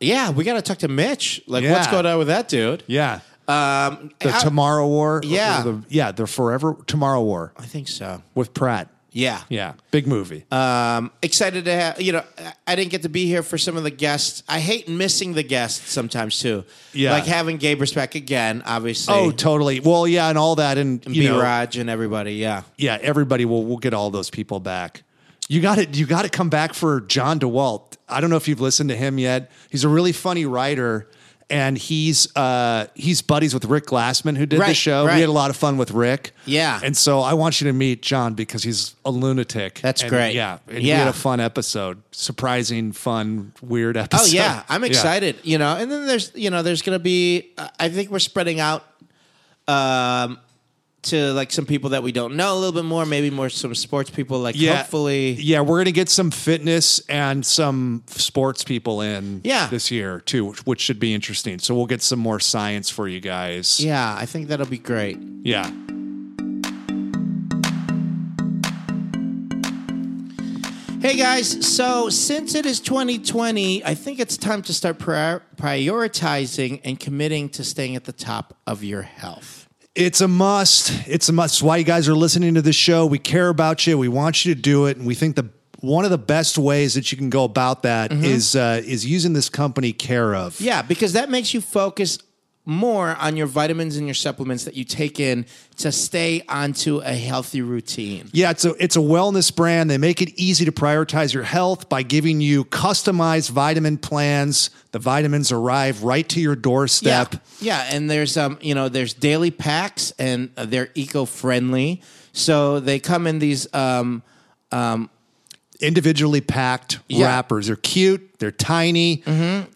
S2: Yeah, we got to talk to Mitch. Like,
S3: Yeah.
S2: what's going on with that dude?
S3: yeah.
S2: Um,
S3: The
S2: I,
S3: Tomorrow War,
S2: Yeah.
S3: or the, yeah, the Forever Tomorrow War
S2: I think so.
S3: with Pratt.
S2: Yeah.
S3: Yeah, big movie.
S2: Um, excited to have you know. I- I didn't get to be here for some of the guests. I hate missing the guests sometimes too.
S3: Yeah.
S2: like having Gabrus back again, obviously.
S3: oh, totally. Well, yeah, and all that, and, you
S2: B.
S3: know,
S2: Raj and everybody. Yeah.
S3: yeah, everybody will will get all those people back. You got to You got to come back for John DeWalt. I don't know if you've listened to him yet. He's a really funny writer, and he's uh, he's buddies with Rick Glassman, who did the
S2: Right,
S3: show.
S2: right.
S3: We had a lot of fun with Rick.
S2: Yeah.
S3: and so I want you to meet John because he's a lunatic.
S2: That's
S3: And,
S2: great.
S3: Yeah, and we
S2: Yeah.
S3: had a fun episode, surprising, fun, weird
S2: Oh
S3: episode.
S2: yeah, I'm excited. You know, and then there's you know there's gonna be. I- I think we're spreading out. Um. To like some people that we don't know a little bit more, maybe more some sports people. Like
S3: Yeah.
S2: hopefully,
S3: Yeah, we're gonna get some fitness and some sports people in
S2: Yeah.
S3: this year too, which, which should be interesting. So we'll get some more science for you guys.
S2: yeah, I think that'll be great.
S3: Yeah.
S2: Hey guys, so since it is 2020, I think it's time to start prior- prioritizing and committing to staying at the top of your health.
S3: It's a must. It's a must. It's why you guys are listening to this show. We care about you. We want you to do it, and we think the one of the best ways that you can go about that
S2: Mm-hmm.
S3: is uh, is using this company Care of.
S2: Yeah, because that makes you focus more on your vitamins and your supplements that you take in to stay onto a healthy routine.
S3: Yeah, it's a it's a wellness brand. They make it easy to prioritize your health by giving you customized vitamin plans. The vitamins arrive right to your doorstep.
S2: Yeah, yeah, and there's um, you know, there's daily packs, and uh, they're eco-friendly, so they come in these um,
S3: Individually packed
S2: Yeah. Mm-hmm.
S3: wrappers. They're cute. They're tiny.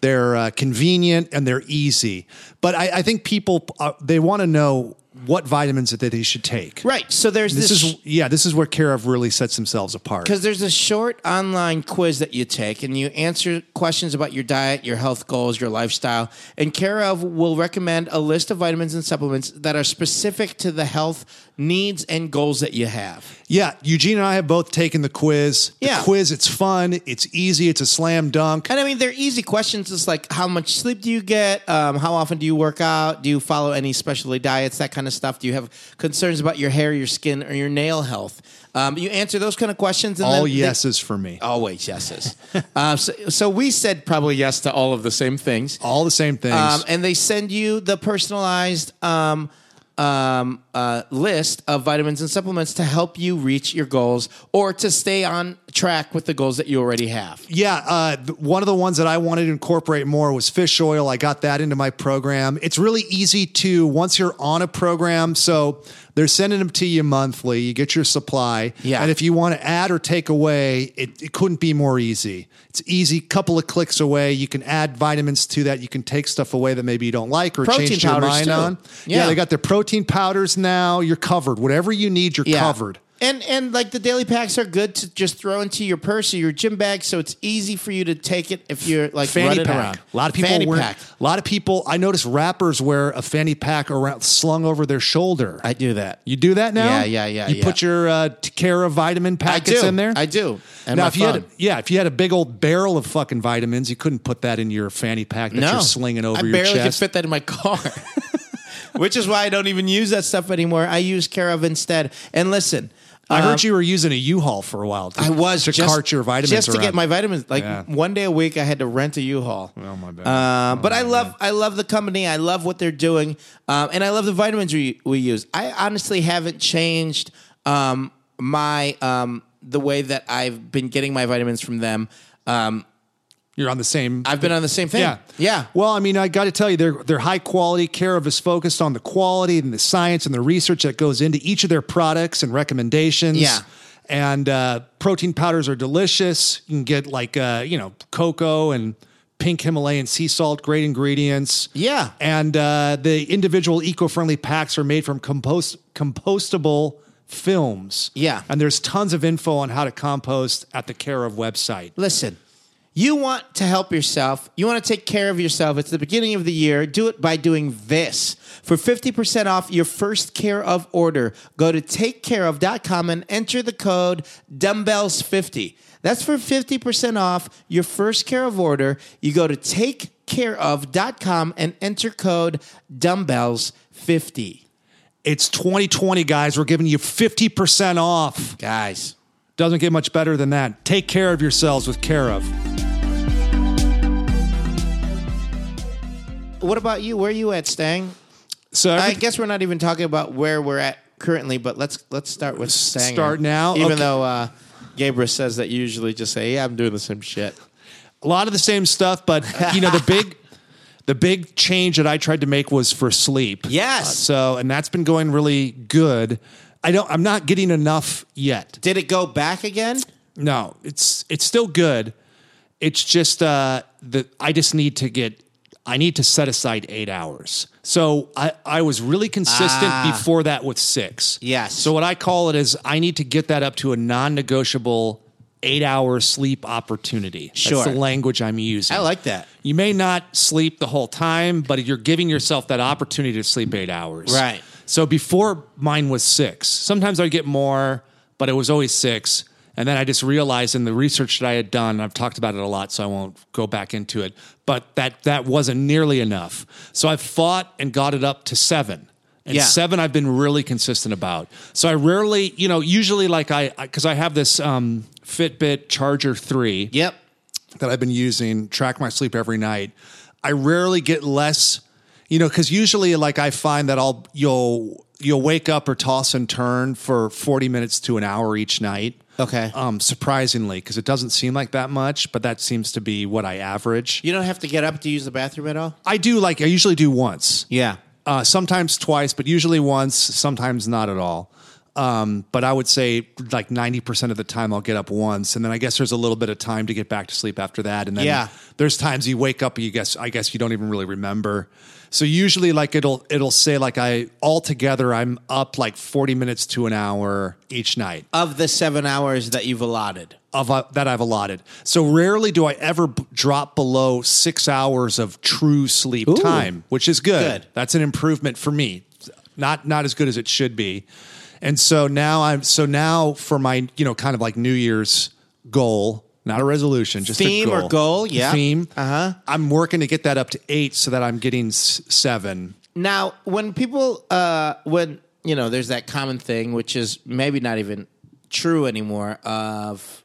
S3: They're uh, convenient and they're easy. But I, I think people uh, they want to know what vitamins that they should take.
S2: Right. So there's
S3: This
S2: this,
S3: is yeah, this is where Karev really sets themselves apart.
S2: because there's a short online quiz that you take and you answer questions about your diet, your health goals, your lifestyle, and Carev will recommend a list of vitamins and supplements that are specific to the health needs and goals that you have.
S3: Yeah, Eugene and I have both taken the quiz. The
S2: Yeah.
S3: quiz, it's fun, it's easy, it's a slam dunk.
S2: And I mean, they're easy questions. It's like how much sleep do you get? Um, how often do you work out? Do you follow any specialty diets? That kind of stuff. Do you have concerns about your hair, your skin, or your nail health? Um, you answer those kind of questions. And
S3: All
S2: then they-
S3: yeses for me.
S2: always yeses. uh, so, so we said probably yes to all of the same things.
S3: All the same things.
S2: Um, and they send you the personalized um, um, uh, list of vitamins and supplements to help you reach your goals or to stay on track with the goals that you already have.
S3: yeah, uh, th- one of the ones that I wanted to incorporate more was fish oil. I got that into my program. It's really easy to, once you're on a program, so they're sending them to you monthly, you get your supply.
S2: Yeah.
S3: And if you want to add or take away, it, it couldn't be more easy. It's easy, couple of clicks away. You can add vitamins to that. You can take stuff away that maybe you don't like or
S2: Protein
S3: change your
S2: powders,
S3: mind
S2: too.
S3: on. Yeah.
S2: Yeah.
S3: they got their protein powders now. You're covered. Whatever you need, you're covered.
S2: And and like the daily packs are good to just throw into your purse or your gym bag, so it's easy for you to take it if you're like
S3: fanny
S2: running
S3: pack.
S2: around.
S3: A lot of people
S2: fanny
S3: wear.
S2: pack.
S3: A lot of people. I notice rappers wear a fanny pack around slung over their shoulder.
S2: I do that.
S3: you do that now?
S2: Yeah, yeah, yeah,
S3: You
S2: yeah.
S3: put your uh, Cara vitamin
S2: I
S3: packets
S2: do
S3: in there.
S2: I do. And
S3: now,
S2: my
S3: if you had
S2: phone.
S3: yeah, if you had a big old barrel of fucking vitamins, you couldn't put that in your fanny pack that you're slinging over
S2: I
S3: your
S2: barely
S3: chest.
S2: can fit that in my car. Which is why I don't even use that stuff anymore. I use Carev instead. And listen,
S3: I
S2: um,
S3: heard you were using a U-Haul for a while. To,
S2: I was
S3: to
S2: just,
S3: cart your vitamins
S2: just to
S3: around.
S2: get my vitamins. Like
S3: Yeah.
S2: one day a week, I had to rent a U-Haul.
S3: Oh, my bad.
S2: Uh, but I love I love the company. I love what they're doing, um, and I love the vitamins we, we use. I honestly haven't changed um, my um, the way that I've been getting my vitamins from them. Um,
S3: You're on the same.
S2: I've been on the same thing.
S3: Yeah.
S2: yeah.
S3: Well, I mean, I got to tell you, they're they're high quality. Care of is focused on the quality and the science and the research that goes into each of their products and recommendations.
S2: Yeah.
S3: And uh, protein powders are delicious. You can get like uh, you know cocoa and pink Himalayan sea salt, great ingredients.
S2: Yeah.
S3: And uh, the individual eco friendly packs are made from compost compostable films.
S2: Yeah.
S3: And there's tons of info on how to compost at the Care of website.
S2: Listen, you want to help yourself. You want to take care of yourself. It's the beginning of the year. Do it by doing this. For 50% off your first care of order, go to takecareof.com and enter the code dumbbells50. That's for 50% off your first care of order. You go to takecareof.com and enter code dumbbells50.
S3: It's 2020, guys. We're giving you 50% off.
S2: Guys.
S3: Doesn't get much better than that. Take care of yourselves with care of.
S2: What about you? Where are you at, Stang?
S3: So
S2: I
S3: every,
S2: guess we're not even talking about where we're at currently, but let's let's start with Sanger.
S3: start now?
S2: Even
S3: Okay.
S2: though uh, Gabriel says that you usually just say, "Yeah, I'm doing the same shit."
S3: a lot of the same stuff, but you know the big, the big change that I tried to make was for sleep.
S2: Yes.
S3: so and that's been going really good. I don't. I'm not getting enough yet.
S2: Did it go back again?
S3: No, it's it's still good. It's just uh that I just need to get I need to set aside eight hours. So I, I was really consistent before that with six.
S2: Ah. Yes.
S3: So what I call it is I need to get that up to a non-negotiable eight hour sleep opportunity.
S2: Sure.
S3: That's the language I'm using.
S2: I like that.
S3: You may not sleep the whole time, but you're giving yourself that opportunity to sleep eight hours.
S2: Right.
S3: So before mine was six. Sometimes I'd get more, but it was always six. And then I just realized in the research that I had done, and I've talked about it a lot, so I won't go back into it, but that that wasn't nearly enough. So I fought and got it up to seven. And
S2: Yeah.
S3: seven I've been really consistent about. So I rarely, you know, usually like I, because I, have this um, Fitbit Charger 3
S2: Yep.
S3: that I've been using, track my sleep every night. I rarely get less, you know, because usually like I find that I'll you'll you'll wake up or toss and turn for forty minutes to an hour each night.
S2: Okay.
S3: Um, surprisingly, because it doesn't seem like that much, but that seems to be what I average.
S2: You don't have to get up to use the bathroom at all.
S3: I do like I usually do once
S2: Yeah.
S3: uh, sometimes twice, but usually once, sometimes not at all. Um, but I would say like 90% of the time I'll get up once. And then I guess there's a little bit of time to get back to sleep after that. And then
S2: Yeah.
S3: there's times you wake up and you guess, I guess you don't even really remember. So usually like it'll, it'll say like I altogether, I'm up like 40 minutes to an hour each night
S2: of the seven hours that you've allotted.
S3: of uh, that I've allotted. So rarely do I ever b- drop below six hours of true sleep time, which is good.
S2: Good.
S3: That's an improvement for me. Not not as good as it should be. And so now I'm so now for my you know kind of like New Year's goal, not a resolution, just
S2: Theme
S3: a
S2: or
S3: goal.
S2: goal, yeah.
S3: Theme.
S2: Uh-huh.
S3: I'm working to get that up to eight so that I'm getting s- seven.
S2: Now, when people, uh, when you know, there's that common thing, which is maybe not even true anymore, of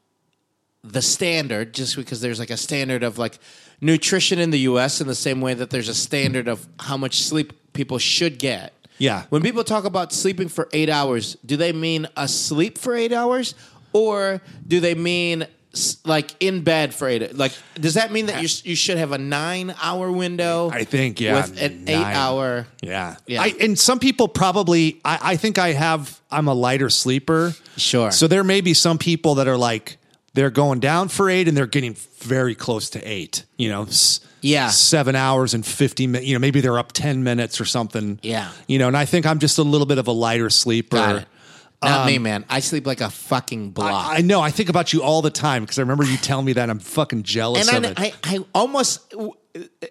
S2: the standard, just because there's like a standard of like nutrition in the U.S. in the same way that there's a standard of how much sleep people should get.
S3: Yeah.
S2: When people talk about sleeping for eight hours, do they mean asleep for eight hours, or do they mean s- like in bed for eight? Like, does that mean that you s- you should have a nine-hour window?
S3: I think, yeah,
S2: with an
S3: nine.
S2: eight-hour.
S3: Yeah.
S2: Yeah.
S3: I, and some people probably, I, I think I have, I'm a lighter sleeper.
S2: Sure.
S3: So there may be some people that are like, they're going down for eight and they're getting very close to eight, you know? s-
S2: Yeah.
S3: Seven hours and 50 minutes, you know, maybe they're up 10 minutes or something.
S2: Yeah.
S3: You know, and I think I'm just a little bit of a lighter sleeper.
S2: Got it. Not me, man. Um, I sleep like a fucking block.
S3: I, I know. I think about you all the time because I remember you telling me that. and I'm fucking jealous
S2: and
S3: of
S2: I,
S3: it.
S2: I, I almost,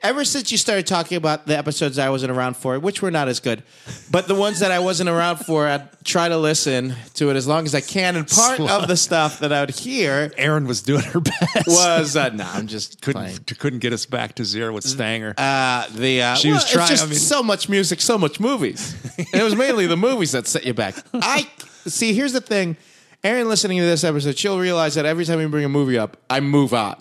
S2: ever since you started talking about the episodes I wasn't around for, which were not as good, but the ones that I wasn't around for, I'd try to listen to it as long as I can. And part of the stuff that I would hear
S3: Aaron was doing her best.
S2: was, uh, no, I'm just playing.
S3: couldn't, couldn't get us back to zero with Stanger.
S2: Uh, the uh,
S3: She was
S2: well,
S3: trying-
S2: It's just
S3: I mean-
S2: so much music, so much movies. and it was mainly the movies that set you back. I see. Here's the thing, Erin. Listening to this episode, she'll realize that every time we bring a movie up, I move on.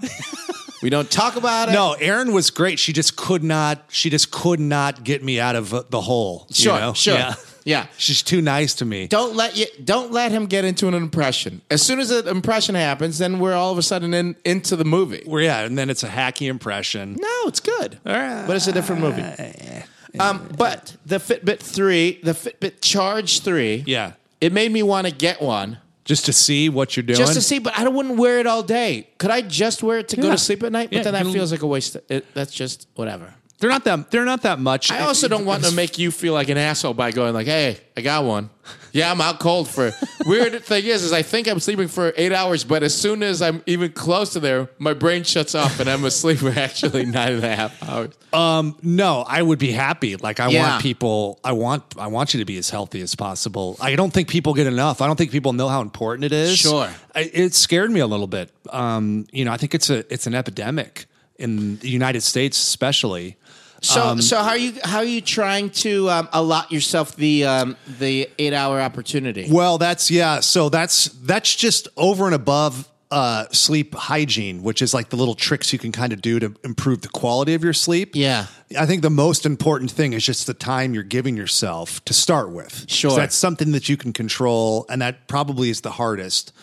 S2: we don't talk about it.
S3: No, Erin was great. She just could not. She just could not get me out of uh, the hole. you
S2: sure,
S3: know?
S2: sure,
S3: Yeah.
S2: yeah.
S3: She's too nice to me.
S2: Don't let you. Don't let him get into an impression. As soon as an impression happens, then we're all of a sudden in, into the movie.
S3: Well, yeah, and then it's a hacky impression.
S2: No, it's good. But it's a different movie.
S3: Uh,
S2: Um, but the Fitbit 3, the Fitbit Charge 3,
S3: Yeah,
S2: it made me want to get one.
S3: just to see what you're doing.
S2: just to see. But I don't- wouldn't wear it all day. Could I just wear it to go
S3: Yeah.
S2: to sleep at night? But
S3: Yeah,
S2: then
S3: you-
S2: that feels like a waste. Of, it, that's just whatever.
S3: They're not that. They're not that much.
S2: I also don't want to make you feel like an asshole by going like, "Hey, I got one." Yeah, I'm out cold for. Weird thing is, is I think I'm sleeping for eight hours, but as soon as I'm even close to there, my brain shuts off and I'm asleep for actually nine and a half hours.
S3: No, I would be happy. Like I
S2: Yeah.
S3: want people. I want. I want you to be as healthy as possible. I don't think people get enough. I don't think people know how important it is.
S2: Sure.
S3: I, it scared me a little bit. Um, you know, I think it's a it's an epidemic in the United States, especially.
S2: So,
S3: Um,
S2: so how are you? How are you trying to um, allot yourself the um, the eight hour opportunity?
S3: Well, that's yeah. So that's that's just over and above uh, sleep hygiene, which is like the little tricks you can kind of do to improve the quality of your sleep.
S2: Yeah.
S3: I think the most important thing is just the time you're giving yourself to start with.
S2: Sure.
S3: So that's something that you can control, and that probably is the hardest.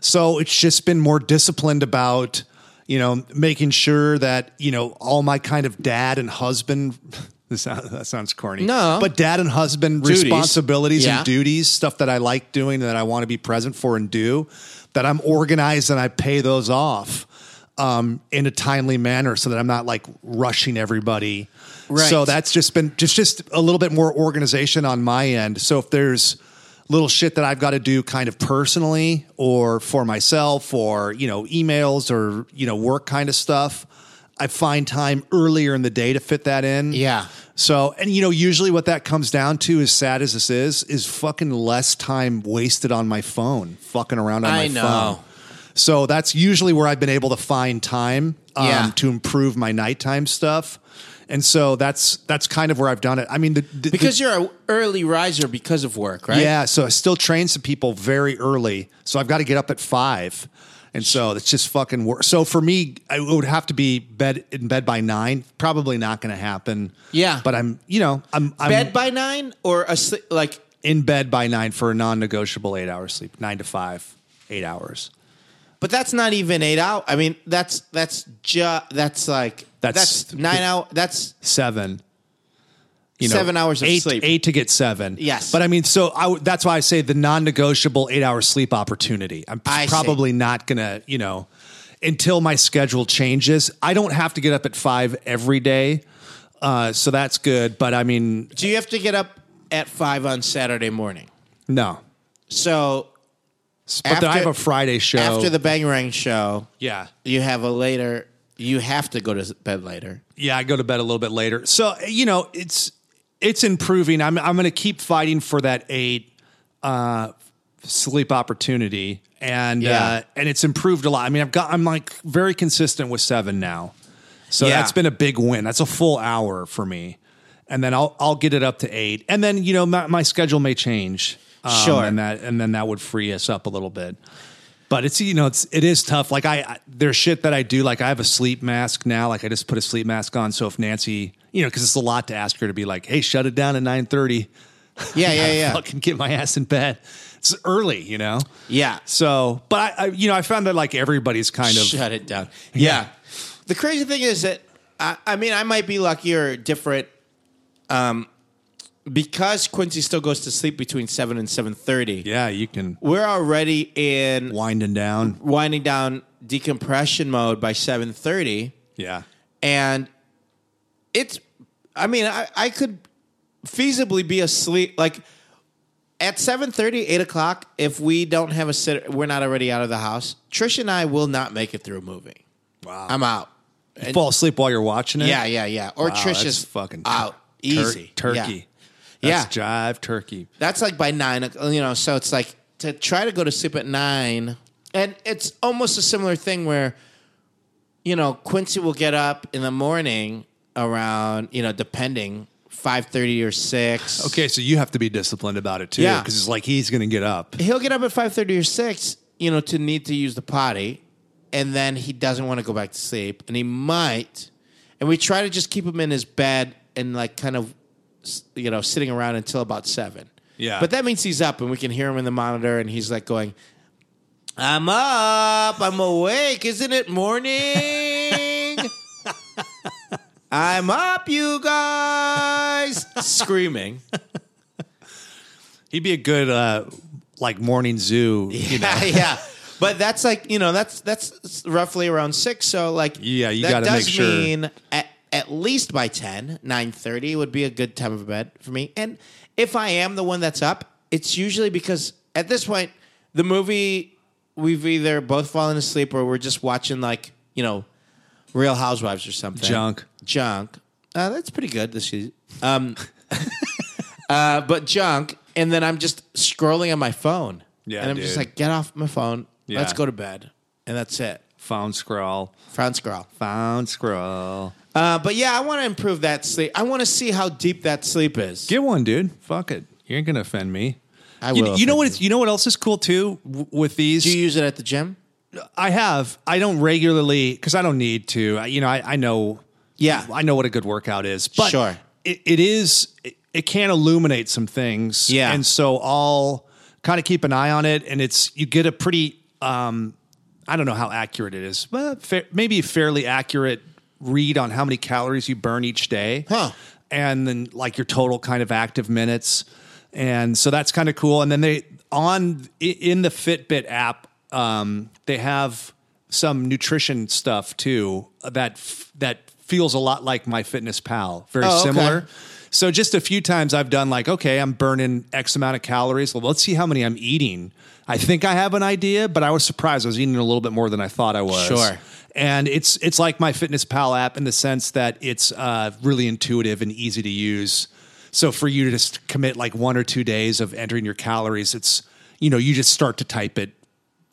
S3: So it's just been more disciplined about, you know, making sure that, you know, all my kind of dad and husband. This sounds, that sounds corny.
S2: No.
S3: But dad and husband
S2: Duties.
S3: responsibilities
S2: Yeah.
S3: and duties, stuff that I like doing that I want to be present for and do, that I'm organized and I pay those off um, in a timely manner so that I'm not like rushing everybody.
S2: Right.
S3: So that's just been just just a little bit more organization on my end. So if there's little shit that I've got to do kind of personally or for myself or, you know, emails or, you know, work kind of stuff, I find time earlier in the day to fit that in.
S2: Yeah.
S3: So, and you know, usually what that comes down to, as sad as this is, is fucking less time wasted on my phone, fucking around on
S2: I
S3: my
S2: know.
S3: phone. So that's usually where I've been able to find time um,
S2: Yeah.
S3: to improve my nighttime stuff. And so that's that's kind of where I've done it. I mean, the, the-
S2: Because you're an early riser because of work, right?
S3: yeah, so I still train some people very early. So I've got to get up at five. And so it's just fucking work. So for me, I would have to be bed in bed by nine. Probably not going to happen.
S2: Yeah.
S3: but I'm, you know, I'm, I'm
S2: Bed by nine or a sli- like
S3: in bed by nine for a non-negotiable eight-hour sleep, nine to five, eight hours.
S2: But that's not even eight hours. I mean, that's that's ju- that's like
S3: That's-
S2: that's, nine hour. That's
S3: Seven. you know,
S2: Seven hours of
S3: eight,
S2: sleep.
S3: eight to get seven.
S2: Yes.
S3: but I mean, so I w that's why I say the non-negotiable eight-hour sleep opportunity. I'm
S2: I see.
S3: probably not gonna, you know, until my schedule changes. I don't have to get up at five every day, uh, so that's good. But I mean,
S2: Do you have to get up at five on Saturday morning?
S3: no.
S2: So
S3: But then I
S2: After-
S3: have a Friday show.
S2: after the Bangarang show,
S3: yeah,
S2: you have a later. You have to go to bed later.
S3: yeah, I go to bed a little bit later. So you know, it's it's improving. I'm I'm going to keep fighting for that eight uh, sleep opportunity, and
S2: Yeah.
S3: uh, and it's improved a lot. I mean, I've got I'm like very consistent with seven now, so
S2: Yeah.
S3: that's been a big win. That's a full hour for me, and then I'll I'll get it up to eight, and then you know my, my schedule may change. um,
S2: Sure.
S3: and that and then that would free us up a little bit. But it's you know it's it is tough. Like I, I there's shit that I do. Like I have a sleep mask now. Like I just put a sleep mask on. So if Nancy, you know, because it's a lot to ask her to be like, hey, shut it down at nine thirty.
S2: Yeah, yeah, yeah,
S3: Fucking get my ass in bed. It's early, you know.
S2: yeah.
S3: So, but I, I you know I found that like everybody's kind of
S2: Shut it down. Yeah. The crazy thing is that I, I mean I might be lucky or different, um, because Quincy still goes to sleep between seven and seven thirty.
S3: yeah you can
S2: We're already in
S3: winding down.
S2: winding down decompression mode by seven thirty,
S3: Yeah,
S2: and it's. I mean I, I could feasibly be asleep like. At 7.30, 8 o'clock, if we don't have a sitter, we're not already out of the house, Trish and I will not make it through a movie.
S3: wow.
S2: I'm out.
S3: You fall asleep while you're watching it.
S2: Yeah, yeah, yeah. Or
S3: Wow,
S2: Trish
S3: that's
S2: is
S3: fucking
S2: out
S3: Tur-
S2: easy.
S3: turkey.
S2: Yeah. Yeah.
S3: That's jive turkey.
S2: That's like by nine, o'clock, you know. So it's like to try to go to sleep at nine, and it's almost a similar thing where, you know, Quincy will get up in the morning around, you know, depending five thirty or six.
S3: Okay, so you have to be disciplined about it too,
S2: Yeah.
S3: because it's like he's going to get up.
S2: he'll get up at five thirty or six, you know, to need to use the potty, and then he doesn't want to go back to sleep, and he might, and we try to just keep him in his bed and like kind of, s- you know, sitting around until about seven.
S3: Yeah.
S2: but that means he's up, and we can hear him in the monitor, and he's like going, "I'm up, I'm awake, isn't it morning?" I'm up, you guys! Screaming.
S3: He'd be a good uh, like morning zoo. You know?
S2: Yeah, yeah. But that's like you know that's that's roughly around six. So like
S3: Yeah, you
S2: that
S3: gotta
S2: does
S3: make sure.
S2: mean at, at least by 10, 9.30 would be a good time of bed for me. And if I am the one that's up, it's usually because at this point the movie we've either both fallen asleep or we're just watching like you know Real Housewives or something
S3: Junk.
S2: junk. Uh, that's pretty good this season. Um, uh, but junk, and then I'm just scrolling on my phone.
S3: Yeah,
S2: and I'm just
S3: dude.
S2: like, get off my phone.
S3: Yeah.
S2: Let's go to bed, and that's it.
S3: Found scroll.
S2: Frown scroll.
S3: Found scroll.
S2: Uh, but yeah, I want to improve that sleep. I want to see how deep that sleep is.
S3: Get one, dude. Fuck it. You ain't gonna offend me.
S2: I
S3: you,
S2: will
S3: You know
S2: offend
S3: what? It's, you know what else is cool too w- with these.
S2: Do you use it at the gym?
S3: I have. I don't regularly because I don't need to. I, you know, I, I know.
S2: Yeah.
S3: I know what a good workout is. But
S2: Sure.
S3: it, it is. It, it can illuminate some things.
S2: Yeah.
S3: and so I'll kind of keep an eye on it, and it's you get a pretty. Um, I don't know how accurate it is, but fa- maybe a fairly accurate read on how many calories you burn each day.
S2: Huh.
S3: And then like your total kind of active minutes. And so that's kind of cool. And then they on i- in the Fitbit app, um, they have some nutrition stuff too uh, that f- that feels a lot like my fitness pal, very
S2: Oh, okay.
S3: similar. So just a few times I've done like, okay, I'm burning X amount of calories. Well, let's see how many I'm eating. I think I have an idea, but I was surprised. I was eating a little bit more than I thought I was.
S2: Sure.
S3: And it's it's like my Fitness Pal app in the sense that it's uh, really intuitive and easy to use. So for you to just commit like one or two days of entering your calories, it's you know you just start to type it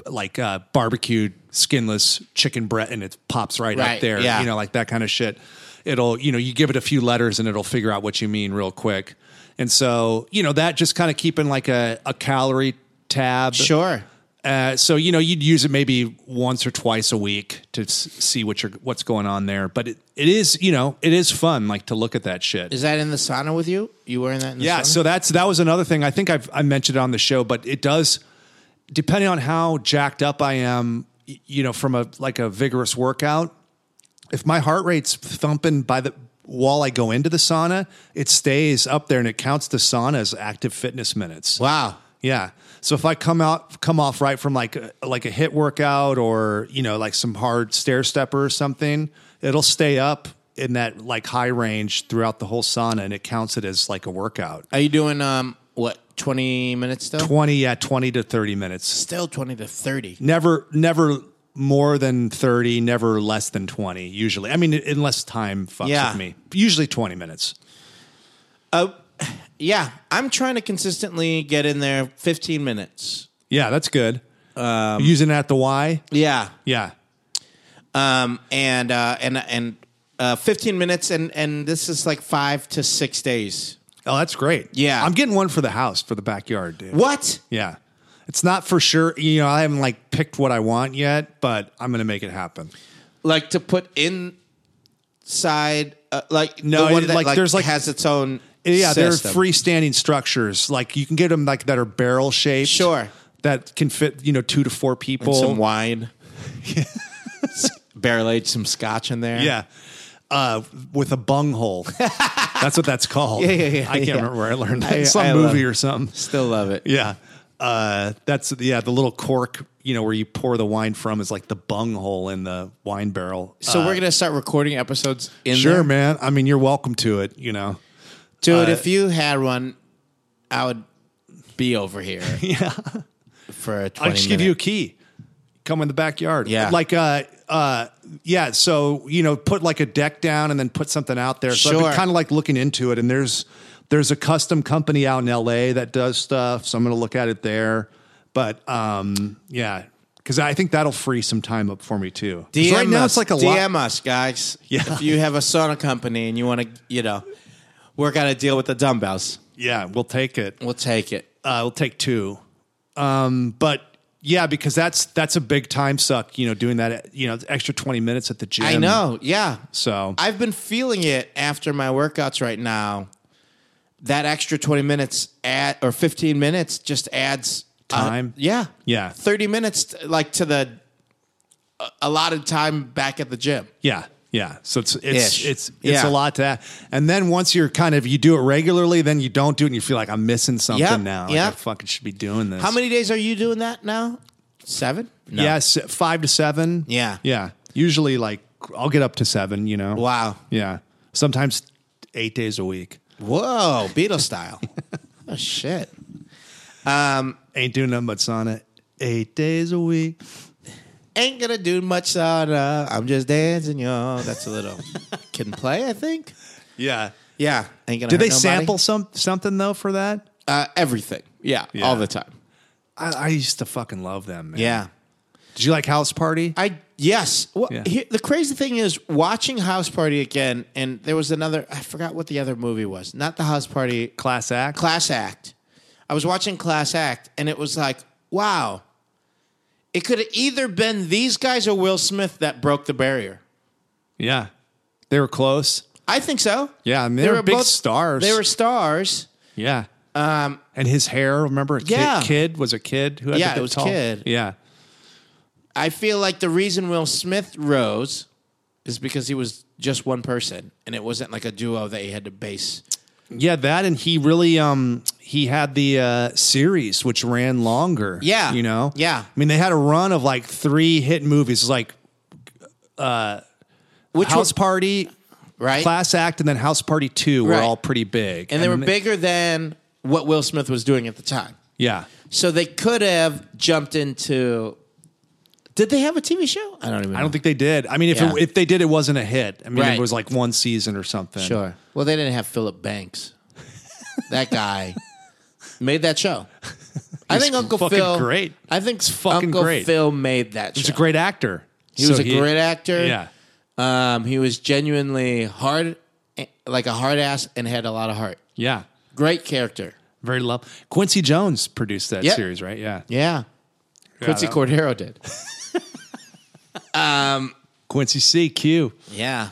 S3: like uh, barbecued skinless chicken breast, and it pops right,
S2: Right,
S3: up there.
S2: yeah.
S3: You know, like that kind of shit. It'll, you know, you give it a few letters and it'll figure out what you mean real quick. And so, you know, that just kind of keeping like a, a calorie tab.
S2: Sure.
S3: Uh, so you know you'd use it maybe once or twice a week to s- see what you're what's going on there. But it, it is you know it is fun like to look at that shit.
S2: Is that in the sauna with you? You wearing that in the
S3: Yeah,
S2: sauna?
S3: so that's that was another thing. I think I've I mentioned it on the show, but it does depending on how jacked up I am, y- you know, from a like a vigorous workout. If my heart rate's thumping by the while I go into the sauna, it stays up there and it counts the sauna as active fitness minutes.
S2: Wow.
S3: Yeah. So if I come out, come off right from like a, like a hit workout or you know like some hard stair stepper or something, it'll stay up in that like high range throughout the whole sauna, and it counts it as like a workout.
S2: Are you doing um what twenty minutes still?
S3: Twenty, yeah, twenty to thirty minutes.
S2: still twenty to thirty.
S3: Never, never more than thirty. Never less than twenty. Usually, I mean, unless time fucks
S2: Yeah.
S3: with me. Usually twenty minutes.
S2: Uh, Yeah, I'm trying to consistently get in there fifteen minutes.
S3: Yeah, that's good.
S2: Um,
S3: Using it at the Y.
S2: Yeah,
S3: Yeah.
S2: um, and uh, and and uh, fifteen minutes, and and this is like five to six days.
S3: Oh, that's great.
S2: Yeah.
S3: I'm getting one for the house for the backyard, dude.
S2: What?
S3: Yeah. It's not for sure. You know, I haven't like picked what I want yet, but I'm going to make it happen.
S2: Like to put inside? Uh, like
S3: No,
S2: the one
S3: it-
S2: that,
S3: like, there's, like-
S2: has its own.
S3: Yeah, there are
S2: system.
S3: freestanding structures. Like you can get them like that are barrel shaped.
S2: Sure.
S3: That can fit, you know, two to four people.
S2: some wine. Barrel aged some scotch in there.
S3: yeah. Uh, with a bung hole. that's what that's called.
S2: Yeah, yeah, yeah,
S3: I can't
S2: yeah.
S3: remember where I learned that.
S2: I-
S3: Some
S2: I love
S3: movie
S2: it.
S3: or something.
S2: Still love it.
S3: Yeah. Uh, that's yeah. The little cork, you know, where you pour the wine from is like the bung hole in the wine barrel. Uh,
S2: So we're gonna start recording episodes in
S3: Sure,
S2: there.
S3: man. I mean, you're welcome to it. You know,
S2: dude.
S3: Uh,
S2: if you had one, I would be over here. yeah, for a
S3: I
S2: twenty.
S3: just give you a key. Come in the backyard.
S2: Yeah.
S3: like uh, uh, yeah. So you know, put like a deck down and then put something out there. So I've
S2: Sure.
S3: been kind of like looking into it, and there's there's a custom company out in L.A. that does stuff. So I'm gonna look at it there. But um, yeah, because I think that'll free some time up for me too. 'Cause
S2: DM
S3: right now
S2: us,
S3: it's like a lot.
S2: DM us, guys.
S3: Yeah.
S2: If you have a sauna company and you want to, you know, work out a deal with the dumbbells,
S3: Yeah, we'll take it.
S2: we'll take it.
S3: uh, we'll take two. Um, but yeah, because that's that's a big time suck. You know, doing that you know extra twenty minutes at the gym.
S2: I know. Yeah.
S3: So
S2: I've been feeling it after my workouts right now. That extra twenty minutes at or fifteen minutes just adds uh,
S3: Time?
S2: yeah,
S3: Yeah.
S2: thirty minutes like to the a- allotted time back at the gym.
S3: yeah, yeah. So it's it's
S2: Ish.
S3: it's it's
S2: Yeah.
S3: a lot to. And then once you're kind of you do it regularly, then you don't do it, and you feel like I'm missing something
S2: Yep,
S3: now. Like, I
S2: yep.
S3: fucking should be doing this.
S2: How many days are you doing that now? Seven? No.
S3: Yes, five to seven.
S2: Yeah.
S3: yeah. Usually, like I'll get up to seven. You know.
S2: Wow.
S3: Yeah. Sometimes eight days a week.
S2: Whoa, Beatles style. oh shit.
S3: Ain't doing nothing but sauna. Eight days a week.
S2: Ain't gonna do much sauna. I'm just dancing, yo. That's a little can play, I think.
S3: Yeah.
S2: Yeah. Ain't gonna
S3: Did they
S2: hurt nobody.
S3: sample some something though for that?
S2: uh, everything? Yeah,
S3: Yeah.
S2: all the time.
S3: I, I used to fucking love them. Man.
S2: Yeah.
S3: Did you like House Party?
S2: I yes. Well,
S3: Yeah.
S2: here, the crazy thing is watching House Party again, and there was another. I forgot what the other movie was. Not the House Party.
S3: Class act.
S2: Class Act. I was watching Class Act, and it was like, wow. It could have either been these guys or Will Smith that broke the barrier.
S3: yeah. They were close.
S2: I think so.
S3: Yeah, I mean, they were big stars.
S2: They were stars.
S3: Yeah. Um and his hair, remember a kid,
S2: yeah.
S3: kid was a kid who had
S2: Yeah,
S3: the
S2: it
S3: big
S2: was
S3: tall-
S2: kid.
S3: Yeah.
S2: I feel like the reason Will Smith rose is because he was just one person, and it wasn't like a duo that he had to base.
S3: Yeah, that and he really um he had the uh series which ran longer.
S2: Yeah.
S3: You know?
S2: Yeah.
S3: I mean they had a run of like three hit movies like uh,
S2: Which
S3: House
S2: was
S3: Party,
S2: right?
S3: Class Act, and then House Party Two were
S2: Right.
S3: all pretty big.
S2: and they were bigger than what Will Smith was doing at the time.
S3: Yeah.
S2: So they could have jumped into. Did they have a TV show? I don't even. Know.
S3: I don't think they did. I mean, if
S2: Yeah.
S3: it, if they did, it wasn't a hit. I mean,
S2: Right.
S3: it was like one season or something.
S2: Sure. Well, they didn't have Philip Banks. that guy made that show. I think Uncle
S3: fucking
S2: Phil.
S3: great.
S2: I think
S3: fucking
S2: Uncle
S3: great.
S2: Phil made that.
S3: He's
S2: show.
S3: a great actor.
S2: He was a great actor.
S3: Yeah,
S2: Um, he was genuinely hard, like a hard ass, and had a lot of heart.
S3: yeah,
S2: Great character.
S3: very love. Quincy Jones produced that
S2: Yep.
S3: series, right? Yeah,
S2: Yeah. Quincy
S3: that-
S2: Cordero did.
S3: Quincy CQ.
S2: yeah.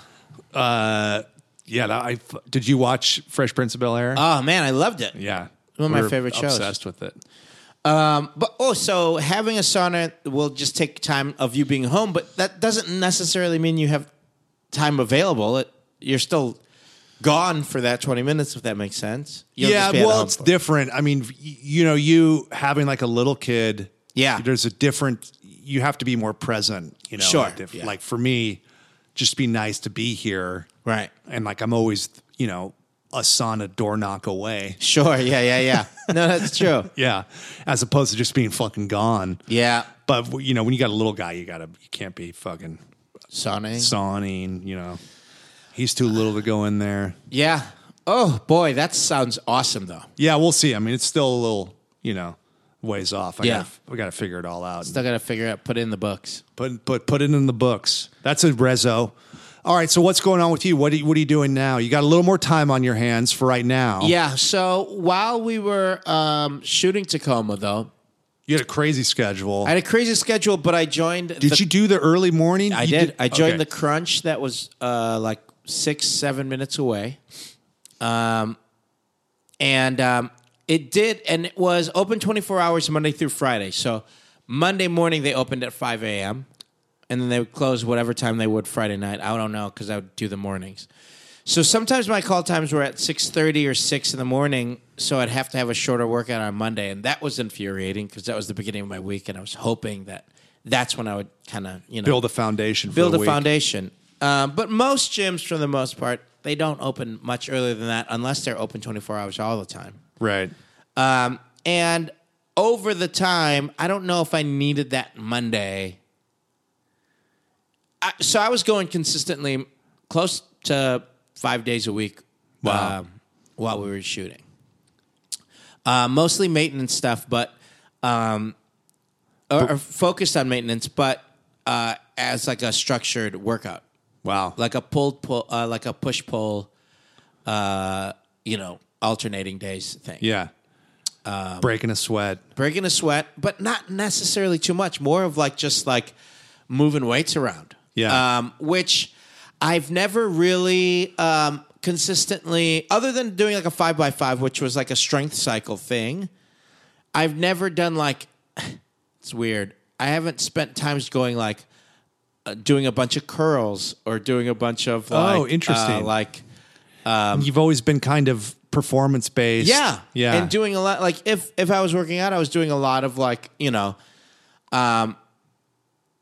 S3: Yeah, that, I f- did. You watch Fresh Prince of Bel Air?
S2: Oh man, I loved it.
S3: yeah,
S2: one of my
S3: We're
S2: favorite shows.
S3: Obsessed with it.
S2: But oh, so having a sauna will just take time of you being home, but that doesn't necessarily mean you have time available. It, you're still gone for that 20 minutes, if that makes sense. You'll
S3: yeah,
S2: just be at
S3: well,
S2: home
S3: it's
S2: for it.
S3: different. I mean, y- you know, you having like a little kid.
S2: Yeah.
S3: there's a different. You have to be more present. You know,
S2: Sure,
S3: Like, if-
S2: yeah.
S3: like for me, just be nice to be here.
S2: Right.
S3: And like I'm always, you know, a son, a door knock away.
S2: Sure. Yeah, yeah, yeah. No, that's true.
S3: Yeah, as opposed to just being fucking gone.
S2: Yeah.
S3: But you know, when you got a little guy, you gotta you can't be fucking
S2: Sonny.
S3: sawing. You know, he's too little to go in there.
S2: yeah. Oh, boy. That sounds awesome, though.
S3: Yeah, we'll see. I mean, it's still a little, you know, ways off. I
S2: Yeah.
S3: gotta, we got to figure it all out.
S2: Still got to figure out, put it in the books.
S3: Put put put it in the books. That's a rezzo. All right. So what's going on with you? What are you, what are you doing now? You got a little more time on your hands for right now.
S2: Yeah. So while we were um, shooting Tacoma, though,
S3: You had a crazy schedule.
S2: I had a crazy schedule, but I joined.
S3: did
S2: the,
S3: you do the early morning?
S2: I
S3: You
S2: did. I joined
S3: okay.
S2: the crunch that was uh, like six, seven minutes away. Um, and um, it did, and it was open 24 hours Monday through Friday. So Monday morning, they opened at 5 a.m., and then they would close whatever time they would Friday night. I don't know because I would do the mornings. So sometimes my call times were at 6:30 or 6 in the morning, so I'd have to have a shorter workout on Monday, and that was infuriating because that was the beginning of my week, and I was hoping that that's when I would kind of you know
S3: build a foundation. For
S2: build
S3: the
S2: a
S3: week.
S2: foundation. Um, but most gyms, for the most part, they don't open much earlier than that unless they're open 24 hours all the time.
S3: Right.
S2: Um, and over the time, I don't know if I needed that Monday. I, so I was going consistently close to five days a week
S3: Wow.
S2: um, while we were shooting. Uh, mostly maintenance stuff, but um, or, or focused on maintenance, but uh, as like a structured workout,
S3: Wow.
S2: like a pull pull, uh, like a push pull, uh, you know, alternating days thing
S3: yeah.
S2: Um,
S3: Breaking a sweat.
S2: breaking a sweat, but not necessarily too much. More of like just like moving weights around.
S3: Yeah.
S2: Um, which I've never really um, consistently, other than doing like a five by five, which was like a strength cycle thing. I've never done like it's weird. I haven't spent times going like uh, doing a bunch of curls or doing a bunch of like,
S3: Oh, interesting.
S2: uh, like
S3: You've always been kind of performance based.
S2: Yeah.
S3: Yeah.
S2: And doing a lot like if if I was working out, I was doing a lot of like, you know, um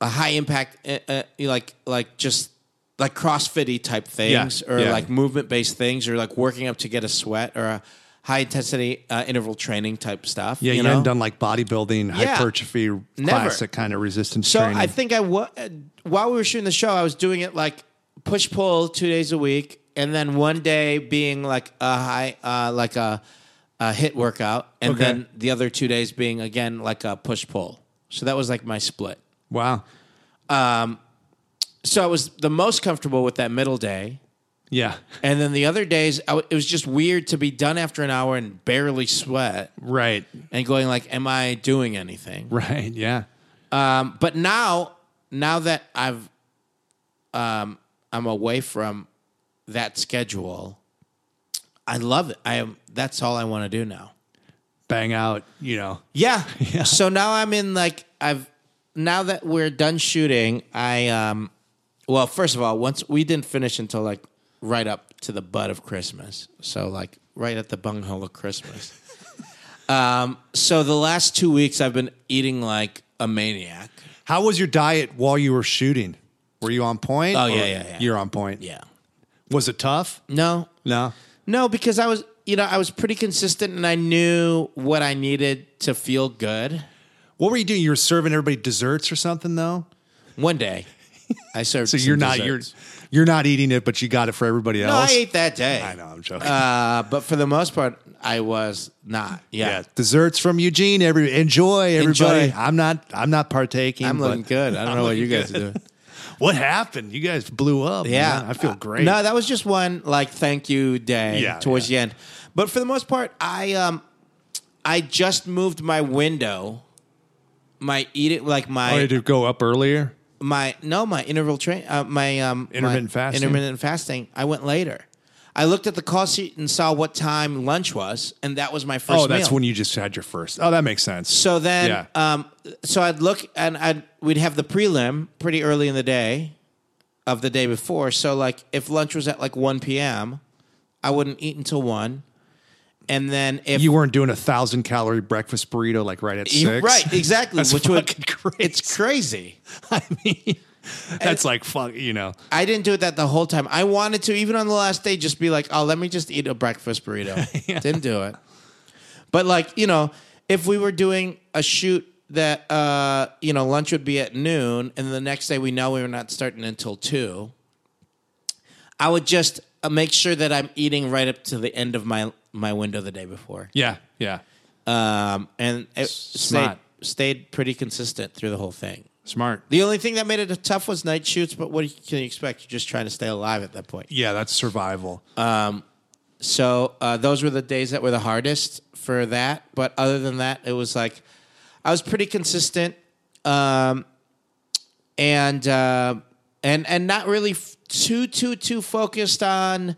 S2: a high impact uh, uh, like like just like crossfitty type things or
S3: Yeah.
S2: like movement based things or like working up to get a sweat or a high intensity uh, interval training type stuff.
S3: yeah, you,
S2: know?
S3: hadn't done like bodybuilding, hypertrophy, classic kind of resistance
S2: So
S3: training.
S2: I think I wa- uh, while we were shooting the show, I was doing it like push pull two days a week, and then one day being like a high, uh, like a, a hit workout, and
S3: Okay.
S2: then the other two days being again like a push pull. So that was like my split.
S3: wow.
S2: So I was the most comfortable with that middle day,
S3: Yeah.
S2: and then the other days I w- it was just weird to be done after an hour and barely sweat,
S3: Right.
S2: and going like, "Am I doing anything?"
S3: Right. Yeah.
S2: Um, but now, now that I've, um, I'm away from that schedule, I love it. I am. That's all I want to do now.
S3: Bang out, you know.
S2: Yeah. So now I'm in like I've now that we're done shooting. I um, well, first of all, once we didn't finish until like right up to the butt of Christmas. So like right at the bunghole of Christmas. um. So the last two weeks I've been eating like a maniac.
S3: How was your diet while you were shooting? Were you on point?
S2: Oh,
S3: Or-
S2: yeah, yeah, yeah.
S3: You're on point.
S2: Yeah.
S3: Was it tough?
S2: No,
S3: No.
S2: No, because I was, you know, I was pretty consistent and I knew what I needed to feel good.
S3: What were you doing? You were serving everybody desserts or something though?
S2: One day, I served.
S3: So you're not you're you're not eating it, but you got it for everybody
S2: No, I
S3: else.
S2: ate that day.
S3: I know, I'm joking.
S2: uh, but for the most part, I was not. Yeah,
S3: yeah. Desserts from Eugene. Every enjoy everybody.
S2: Enjoy.
S3: I'm not I'm not partaking.
S2: I'm looking
S3: but
S2: good. I don't
S3: I'm
S2: know what you
S3: looking
S2: guys
S3: good.
S2: are doing.
S3: What happened? You guys blew up.
S2: Yeah,
S3: man. I feel
S2: Uh,
S3: great.
S2: No, that was just one like thank you day
S3: Yeah,
S2: towards
S3: yeah.
S2: the end. But for the most part, I um, I just moved my window, my eat it like my
S3: I Oh, had to go up earlier.
S2: my no my interval train uh, my um
S3: Intermittent
S2: my
S3: fasting?
S2: intermittent fasting i went later i looked at the call sheet and saw what time lunch was and that was my first
S3: Oh, that's
S2: meal.
S3: when you just had your first. Oh, that makes sense.
S2: so then
S3: Yeah.
S2: um so i'd look and i'd we'd have the prelim pretty early in the day of the day before so like if lunch was at like 1 p.m I wouldn't eat until one. And then if
S3: You weren't doing a thousand calorie breakfast burrito like right at
S2: You're
S3: six.
S2: right, exactly,
S3: That's
S2: which would
S3: fucking crazy.
S2: it's crazy.
S3: I mean, that's like fuck. You know,
S2: I didn't do it that the whole time. I wanted to, even on the last day, just be like, oh, let me just eat a breakfast burrito. Didn't do it. But like, you know, if we were doing a shoot that uh, you know, lunch would be at noon, and the next day we know we were not starting until two, I would just uh, make sure that I'm eating right up to the end of my my window the day before.
S1: Yeah, yeah.
S2: Um, and it stayed,
S1: Smart.
S2: stayed pretty consistent through the whole thing.
S1: Smart.
S2: The only thing that made it tough was night shoots, but what can you expect? You're just trying to stay alive at that point.
S3: yeah, that's survival.
S2: So uh, those were the days that were the hardest for that. But other than that, it was like I was pretty consistent, um, and uh, and and not really f- too too too focused on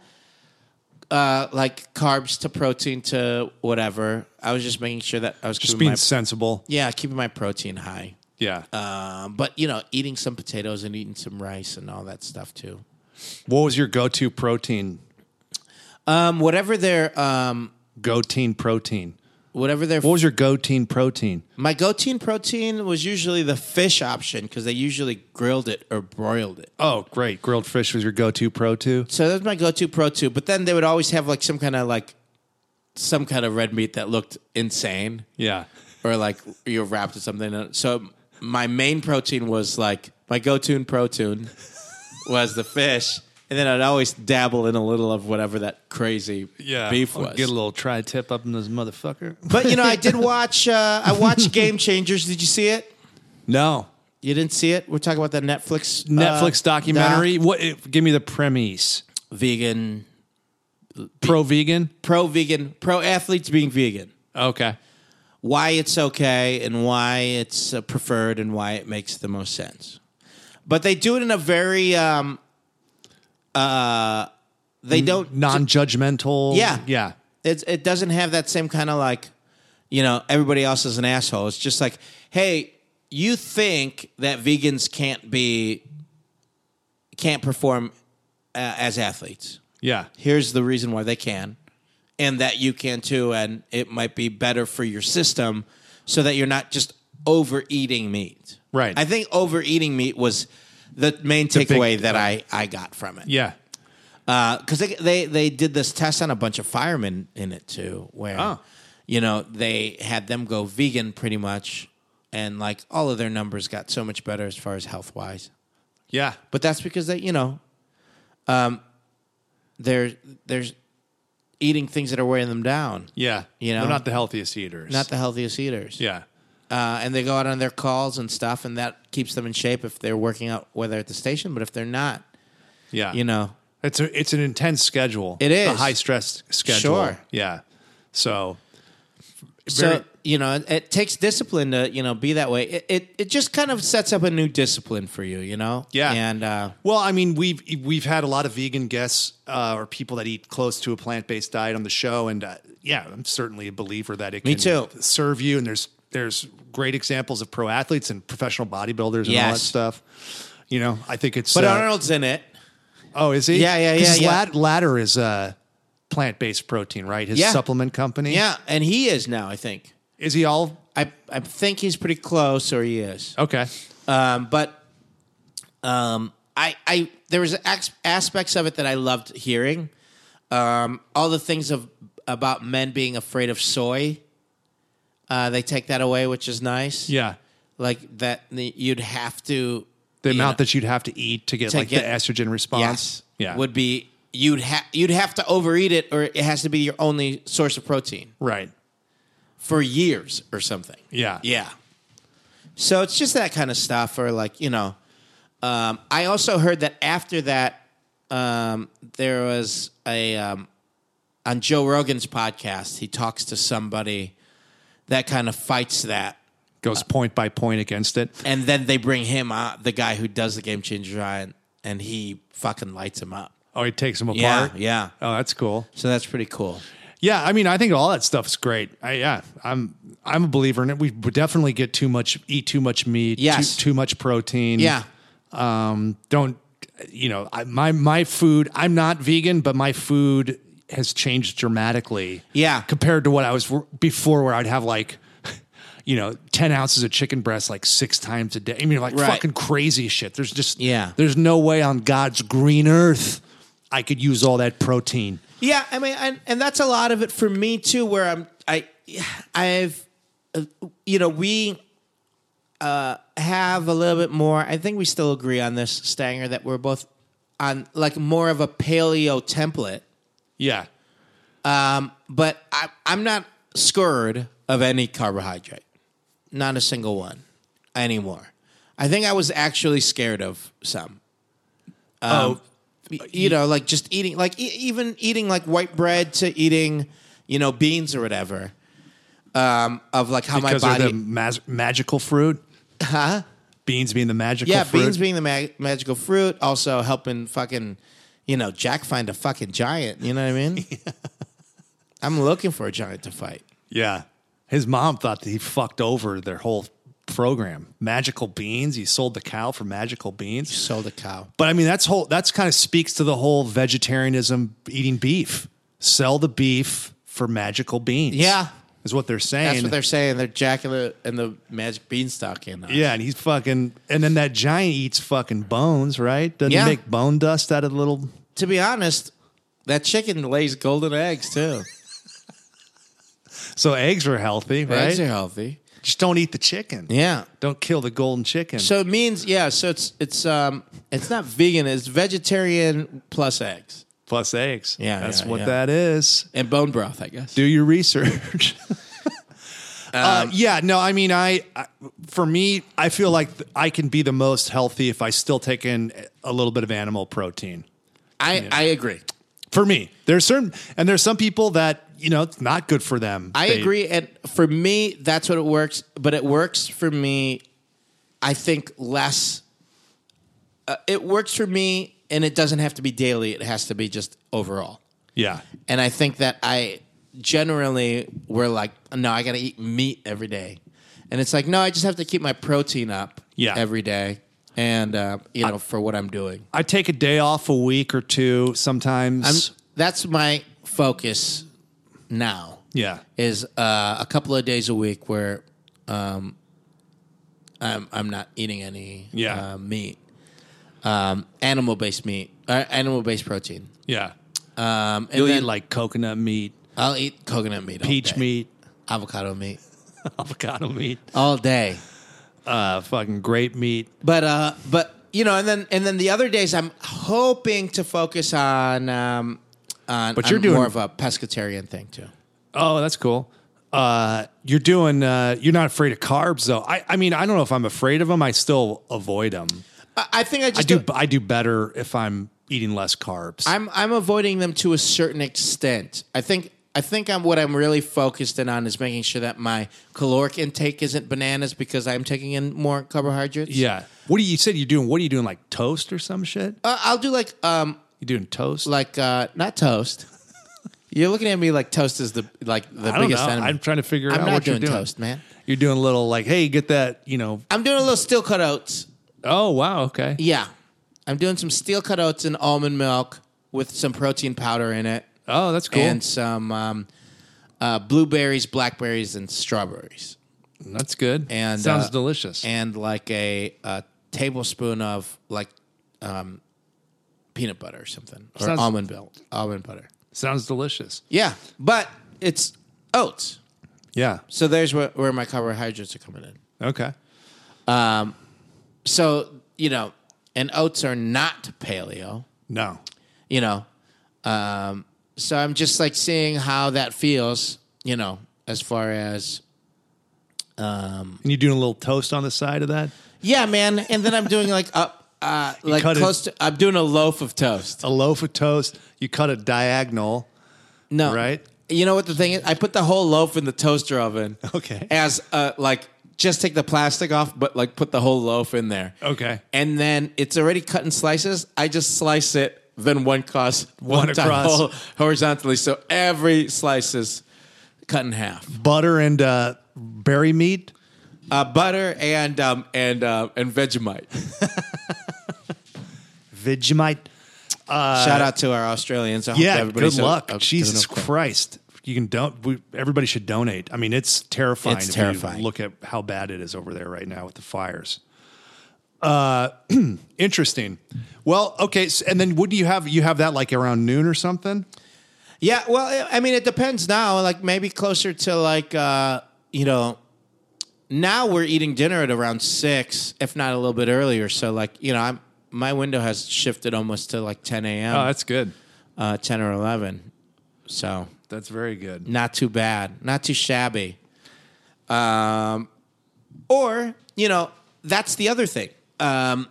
S2: uh, like carbs to protein to whatever. I was just making sure that I was
S3: Just
S2: keeping
S3: being
S2: my
S3: sensible.
S2: yeah keeping my protein high.
S3: Yeah.
S2: Um, but you know, eating some potatoes and eating some rice and all that stuff too.
S3: what was your go-to protein?
S2: Um, whatever their um,
S3: Go-teen protein.
S2: whatever their
S3: What was your go-teen protein?
S2: my goatine protein was usually the fish option because they usually grilled it or broiled it.
S3: Oh, great! Grilled fish was your go-to pro too.
S2: So that was my go-to protein. But then they would always have like some kind of like some kind of red meat that looked insane
S3: Yeah.
S2: or like you're wrapped in something. So my main protein was like my go-to protein was the fish. And then I'd always dabble in a little of whatever that crazy beef was.
S3: Get a little tri-tip up in this motherfucker.
S2: But you know, I did watch. Uh, I watched Game Changers. Did you see it?
S3: No.
S2: You didn't see it. We're talking about that Netflix uh,
S3: Netflix documentary.
S2: doc.
S3: What? It, give me the premise.
S2: vegan,
S3: Pro vegan.
S2: pro vegan, pro athletes being vegan.
S3: Okay.
S2: Why it's okay and why it's uh, preferred and why it makes the most sense. But they do it in a very. Um, uh, they don't.
S3: Non-judgmental.
S2: Yeah.
S3: Yeah.
S2: It's, it doesn't have that same kind of like, you know, everybody else is an asshole. It's just like, hey, you think that vegans can't be, can't perform uh, as athletes.
S3: Yeah.
S2: Here's the reason why they can, and that you can too, and it might be better for your system so that you're not just overeating meat.
S3: Right.
S2: I think overeating meat was the main takeaway that I, I got from it
S3: Yeah.
S2: because they, they they did this test on a bunch of firemen in it too, where
S3: Oh.
S2: you know they had them go vegan pretty much, and like all of their numbers got so much better as far as health wise.
S3: Yeah.
S2: But that's because they you know, um, they're they're eating things that are weighing them down,
S3: Yeah.
S2: You know?
S3: They're not the healthiest eaters.
S2: not the healthiest eaters.
S3: Yeah.
S2: uh, and they go out on their calls and stuff, and that keeps them in shape if they're working out whether at the station, but if they're not,
S3: Yeah.
S2: you know,
S3: It's a it's an intense schedule.
S2: It
S3: It's
S2: is.
S3: a high stress schedule.
S2: Sure.
S3: Yeah. So.
S2: So
S3: very-
S2: you know, it, it takes discipline to you know be that way. It, it it just kind of sets up a new discipline for you, you know.
S3: Yeah.
S2: And uh,
S3: Well, I mean, we've we've had a lot of vegan guests uh, or people that eat close to a plant based diet on the show, and uh, yeah, I'm certainly a believer that it
S2: Me
S3: can
S2: too.
S3: serve you. And there's there's great examples of pro athletes and professional bodybuilders and all that
S2: Yes.
S3: stuff. You know, I think it's.
S2: but
S3: uh,
S2: Arnold's in it.
S3: oh, is he?
S2: Yeah, yeah,
S3: 'Cause
S2: yeah,
S3: his
S2: yeah.
S3: Lad- Ladder is uh, plant based protein, right? His
S2: Yeah.
S3: supplement company.
S2: Yeah, and he is now. I think.
S3: Is he all
S2: I I think he's pretty close, or he is.
S3: okay?
S2: Um, but um, I I there was as- aspects of it that I loved hearing. Um, all the things of about men being afraid of soy. Uh, they take that away, which is nice.
S3: Yeah.
S2: like that you'd have to
S3: The
S2: you
S3: amount
S2: know,
S3: that you'd have to eat to get
S2: To
S3: like
S2: get-
S3: the estrogen
S2: yes
S3: response. Yeah.
S2: would be you'd have you'd have to overeat it or it has to be your only source of protein
S3: right.
S2: for years or something
S3: Yeah.
S2: yeah so it's just that kind of stuff or like you know um, i also heard that after that um, there was a um, on joe rogan's podcast he talks to somebody that kind of fights that Uh,
S3: Goes point by point against it.
S2: and then they bring him out, the guy who does the game changer on, and he fucking lights him up.
S3: Oh, he takes them
S2: Yeah,
S3: apart.
S2: yeah.
S3: Oh, that's cool.
S2: So that's pretty cool.
S3: Yeah, I mean, I think all that stuff's great. I, yeah, I'm I'm a believer in it. We would definitely get too much, eat too much meat,
S2: Yes.
S3: too, too much protein.
S2: Yeah,
S3: um, don't you know I, my my food? I'm not vegan, but my food has changed dramatically.
S2: Yeah.
S3: Compared to what I was before, where I'd have like, you know, 10 ounces of chicken breast like six times a day. I mean, like
S2: Right.
S3: fucking crazy shit. There's just,
S2: Yeah.
S3: there's no way on God's green earth I could use all that protein.
S2: Yeah, I mean, and, and that's a lot of it for me too. Where I'm, I, I've, uh, you know, we uh, have a little bit more. I think we still agree on this, Stanger, that we're both on like more of a paleo template. Um,
S3: Yeah.
S2: But I, I'm not scared of any carbohydrate, not a single one anymore. I think I was actually scared of some.
S3: oh,
S2: you know, like just eating, like e- even eating like white bread to eating, you know, beans or whatever. Um, of like how
S3: because
S2: my
S3: they're
S2: body,
S3: the mas- magical fruit.
S2: huh?
S3: Beans being the magical
S2: Yeah,
S3: fruit.
S2: beans being the mag- magical fruit, also helping fucking, you know, Jack find a fucking giant. You know what I mean? I'm looking for a giant to fight.
S3: Yeah. His mom thought that he fucked over their whole program. Magical beans. He sold the cow for magical beans.
S2: Sold a cow.
S3: But I mean, that's whole. That's kind of speaks to the whole vegetarianism eating beef. Sell the beef for magical beans.
S2: Yeah.
S3: is what they're saying.
S2: That's what they're saying. They're Jack and the, and the magic beanstalk. You know?
S3: yeah, and he's fucking. And then that giant eats fucking bones, right? Doesn't
S2: Yeah.
S3: he make bone dust out of little.
S2: To be honest, that chicken lays golden eggs too.
S3: So eggs are healthy, right?
S2: Eggs are healthy.
S3: Just don't eat the chicken.
S2: Yeah.
S3: Don't kill the golden chicken.
S2: So it means yeah. So it's it's um it's not vegan. It's vegetarian plus eggs
S3: Plus eggs.
S2: Yeah,
S3: that's
S2: yeah,
S3: what
S2: yeah.
S3: that is.
S2: and bone broth, I guess.
S3: do your research.
S2: Um,
S3: Uh, yeah, no, I mean, I, I for me, I feel like th- I can be the most healthy if I still take in a little bit of animal protein.
S2: I I agree.
S3: For me, there's certain, and there's some people that you know it's not good for them.
S2: I
S3: They-
S2: agree. And for me, that's what it works. But it works for me. I think less. Uh, it works for me, and it doesn't have to be daily. It has to be just overall.
S3: Yeah,
S2: And I think that I generally were like, no, I got to eat meat every day. And it's like, no, I just have to keep my protein up
S3: Yeah.
S2: every day. And, uh, you know, for what I'm doing.
S3: I take a day off a week or two
S2: I'm,
S3: sometimes.
S2: that's my focus now
S3: yeah,
S2: is uh, a couple of days a week where um, I'm, I'm not eating any
S3: Yeah.
S2: uh, meat, um, animal based meat, uh, animal based protein.
S3: yeah.
S2: Um, and
S3: You'll
S2: then
S3: eat like coconut meat,
S2: I'll eat coconut meat, all
S3: peach
S2: day.
S3: meat,
S2: avocado meat
S3: avocado meat,
S2: all day.
S3: uh, fucking grape meat.
S2: But uh, but you know, and then and then the other days, I'm hoping to focus on um, on,
S3: But you're
S2: on
S3: doing-
S2: more of a pescatarian thing too.
S3: Oh, that's cool. Uh, you're doing. Uh, you're not afraid of carbs, though. I, I mean, I don't know if I'm afraid of them. I still avoid them.
S2: I, I think I just
S3: I do.
S2: don't-
S3: I do better if I'm eating less carbs.
S2: I'm I'm avoiding them to a certain extent. I think I think I'm what I'm really focused in on is making sure that my caloric intake isn't bananas because I'm taking in more carbohydrates.
S3: yeah. What do you, you said you're doing? What are you doing? Like toast or some shit?
S2: Uh, I'll do like um
S3: You doing toast?
S2: like uh not toast. You're looking at me like toast is the like the
S3: I don't know.
S2: biggest enemy.
S3: I'm trying to figure
S2: I'm
S3: out
S2: not
S3: what
S2: doing
S3: you're doing.
S2: toast, man.
S3: You're doing a little like, hey, get that. You know.
S2: I'm doing a little steel cut oats.
S3: Oh wow. Okay.
S2: Yeah. I'm doing some steel cut oats and almond milk with some protein powder in it
S3: Oh, that's cool.
S2: and some um, uh, blueberries, blackberries, and strawberries.
S3: that's good.
S2: and
S3: sounds
S2: uh,
S3: delicious.
S2: And like a, a tablespoon of like um, peanut butter or something, or
S3: Sounds-
S2: almond milk, almond butter.
S3: sounds delicious.
S2: Yeah, but it's oats.
S3: Yeah.
S2: So there's where, where my carbohydrates are coming in.
S3: Okay.
S2: So you know, and oats are not paleo.
S3: No.
S2: You know, um, so I'm just like seeing how that feels. You know, as far as
S3: And you doing a little toast on the side of that?
S2: yeah, man. And then I'm doing like up, uh, like
S3: cut it.
S2: close to. I'm doing a loaf of toast.
S3: A loaf of toast. You cut a diagonal.
S2: No.
S3: Right?
S2: You know what the thing is? I put the whole loaf in the toaster oven.
S3: Okay.
S2: As uh, like just take the plastic off, but like put the whole loaf in there.
S3: Okay.
S2: And then it's already cut in slices. I just slice it, then one cross,
S3: One
S2: time
S3: across.
S2: whole- horizontally. So every slice is cut in half.
S3: butter and uh, berry meat.
S2: Uh, butter and um, and uh, and Vegemite.
S3: Vegemite.
S2: Shout out to our Australians. I hope
S3: Uh,
S2: uh,
S3: Yeah,
S2: everybody's
S3: good
S2: o-
S3: luck.
S2: o- doing
S3: Jesus
S2: okay.
S3: Christ. You can don't. We, everybody should donate. I mean, it's terrifying.
S2: It's
S3: if
S2: terrifying.
S3: You look at how bad it is over there right now with the fires. Uh, interesting. Well, okay. s and then, would you have you have that like around noon or something?
S2: Yeah, well, I I mean, it depends now. Like maybe closer to like uh, you know, now we're eating dinner at around six, if not a little bit earlier. So like you know, I'm my window has shifted almost to like ten a.m.,
S3: Oh, good.
S2: uh, ten or eleven. So
S3: That's very good.
S2: not too bad, not too shabby. Um, or you know, that's the other thing. Um,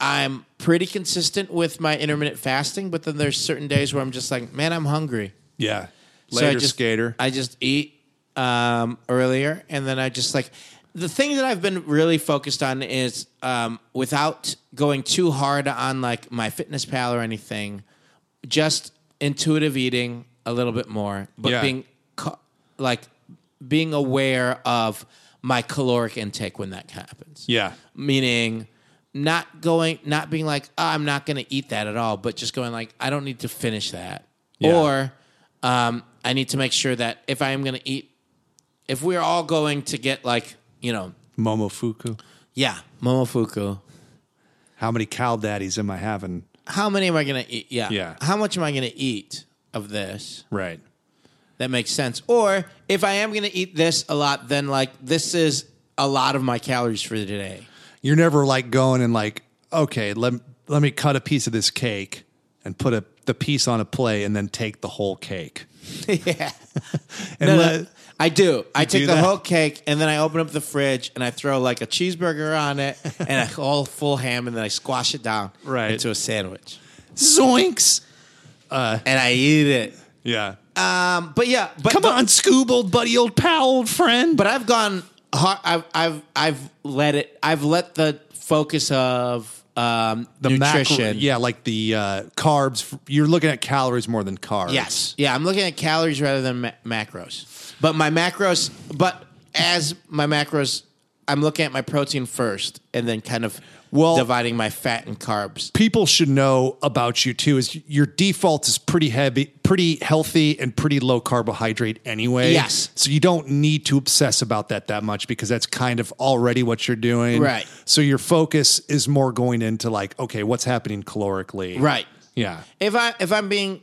S2: I'm pretty consistent with my intermittent fasting, but then there's certain days where I'm just like, man, I'm hungry.
S3: Yeah.
S2: So I
S3: Later,
S2: just-
S3: skater.
S2: I just eat um, earlier, and then I just like the thing that I've been really focused on is um, without going too hard on like my fitness pal or anything, just intuitive eating a little bit more, but
S3: Yeah.
S2: being co- like being aware of my caloric intake when that happens
S3: yeah.
S2: meaning not going not being like oh, i'm not going to eat that at all but just going like i don't need to finish that
S3: Yeah.
S2: or um, i need to make sure that if i am going to eat if we're all going to get like you know
S3: Momofuku.
S2: yeah momofuku
S3: How many cow daddies am I having?
S2: how many am i going to eat yeah
S3: Yeah.
S2: how much am i going to eat of this
S3: Right.
S2: that makes sense or if i am going to eat this a lot then like this is a lot of my calories for today
S3: You're never like going and like, okay, let let me cut a piece of this cake and put a the piece on a plate and then take the whole cake.
S2: yeah
S3: And
S2: No, no,
S3: let,
S2: I do. I take
S3: do
S2: the
S3: that?
S2: whole cake and then I open up the fridge and I throw like a cheeseburger on it and a whole full ham and then I squash it down
S3: Right.
S2: into a sandwich
S1: Zoinks!
S2: and I eat it.
S3: yeah.
S2: Um, but yeah, but
S1: Come
S2: but,
S1: on, Scoob, old buddy, old pal, old friend.
S2: But I've gone hard. I've I've I've let it. I've let the focus of um,
S3: the macro-
S2: nutrition.
S3: yeah, like the uh, carbs. You're looking at calories more than carbs.
S2: Yes. Yeah, I'm looking at calories rather than ma- macros. But my macros, but as my macros, I'm looking at my protein first and then kind of
S3: Well-
S2: dividing my fat and carbs.
S3: People should know about you too. Is your default is pretty heavy, pretty healthy, and pretty low carbohydrate anyway.
S2: Yes.
S3: So you don't need to obsess about that that much because that's kind of already what you're doing.
S2: Right.
S3: So your focus is more going into like, okay, what's happening calorically?
S2: Right.
S3: Yeah.
S2: If I if I'm being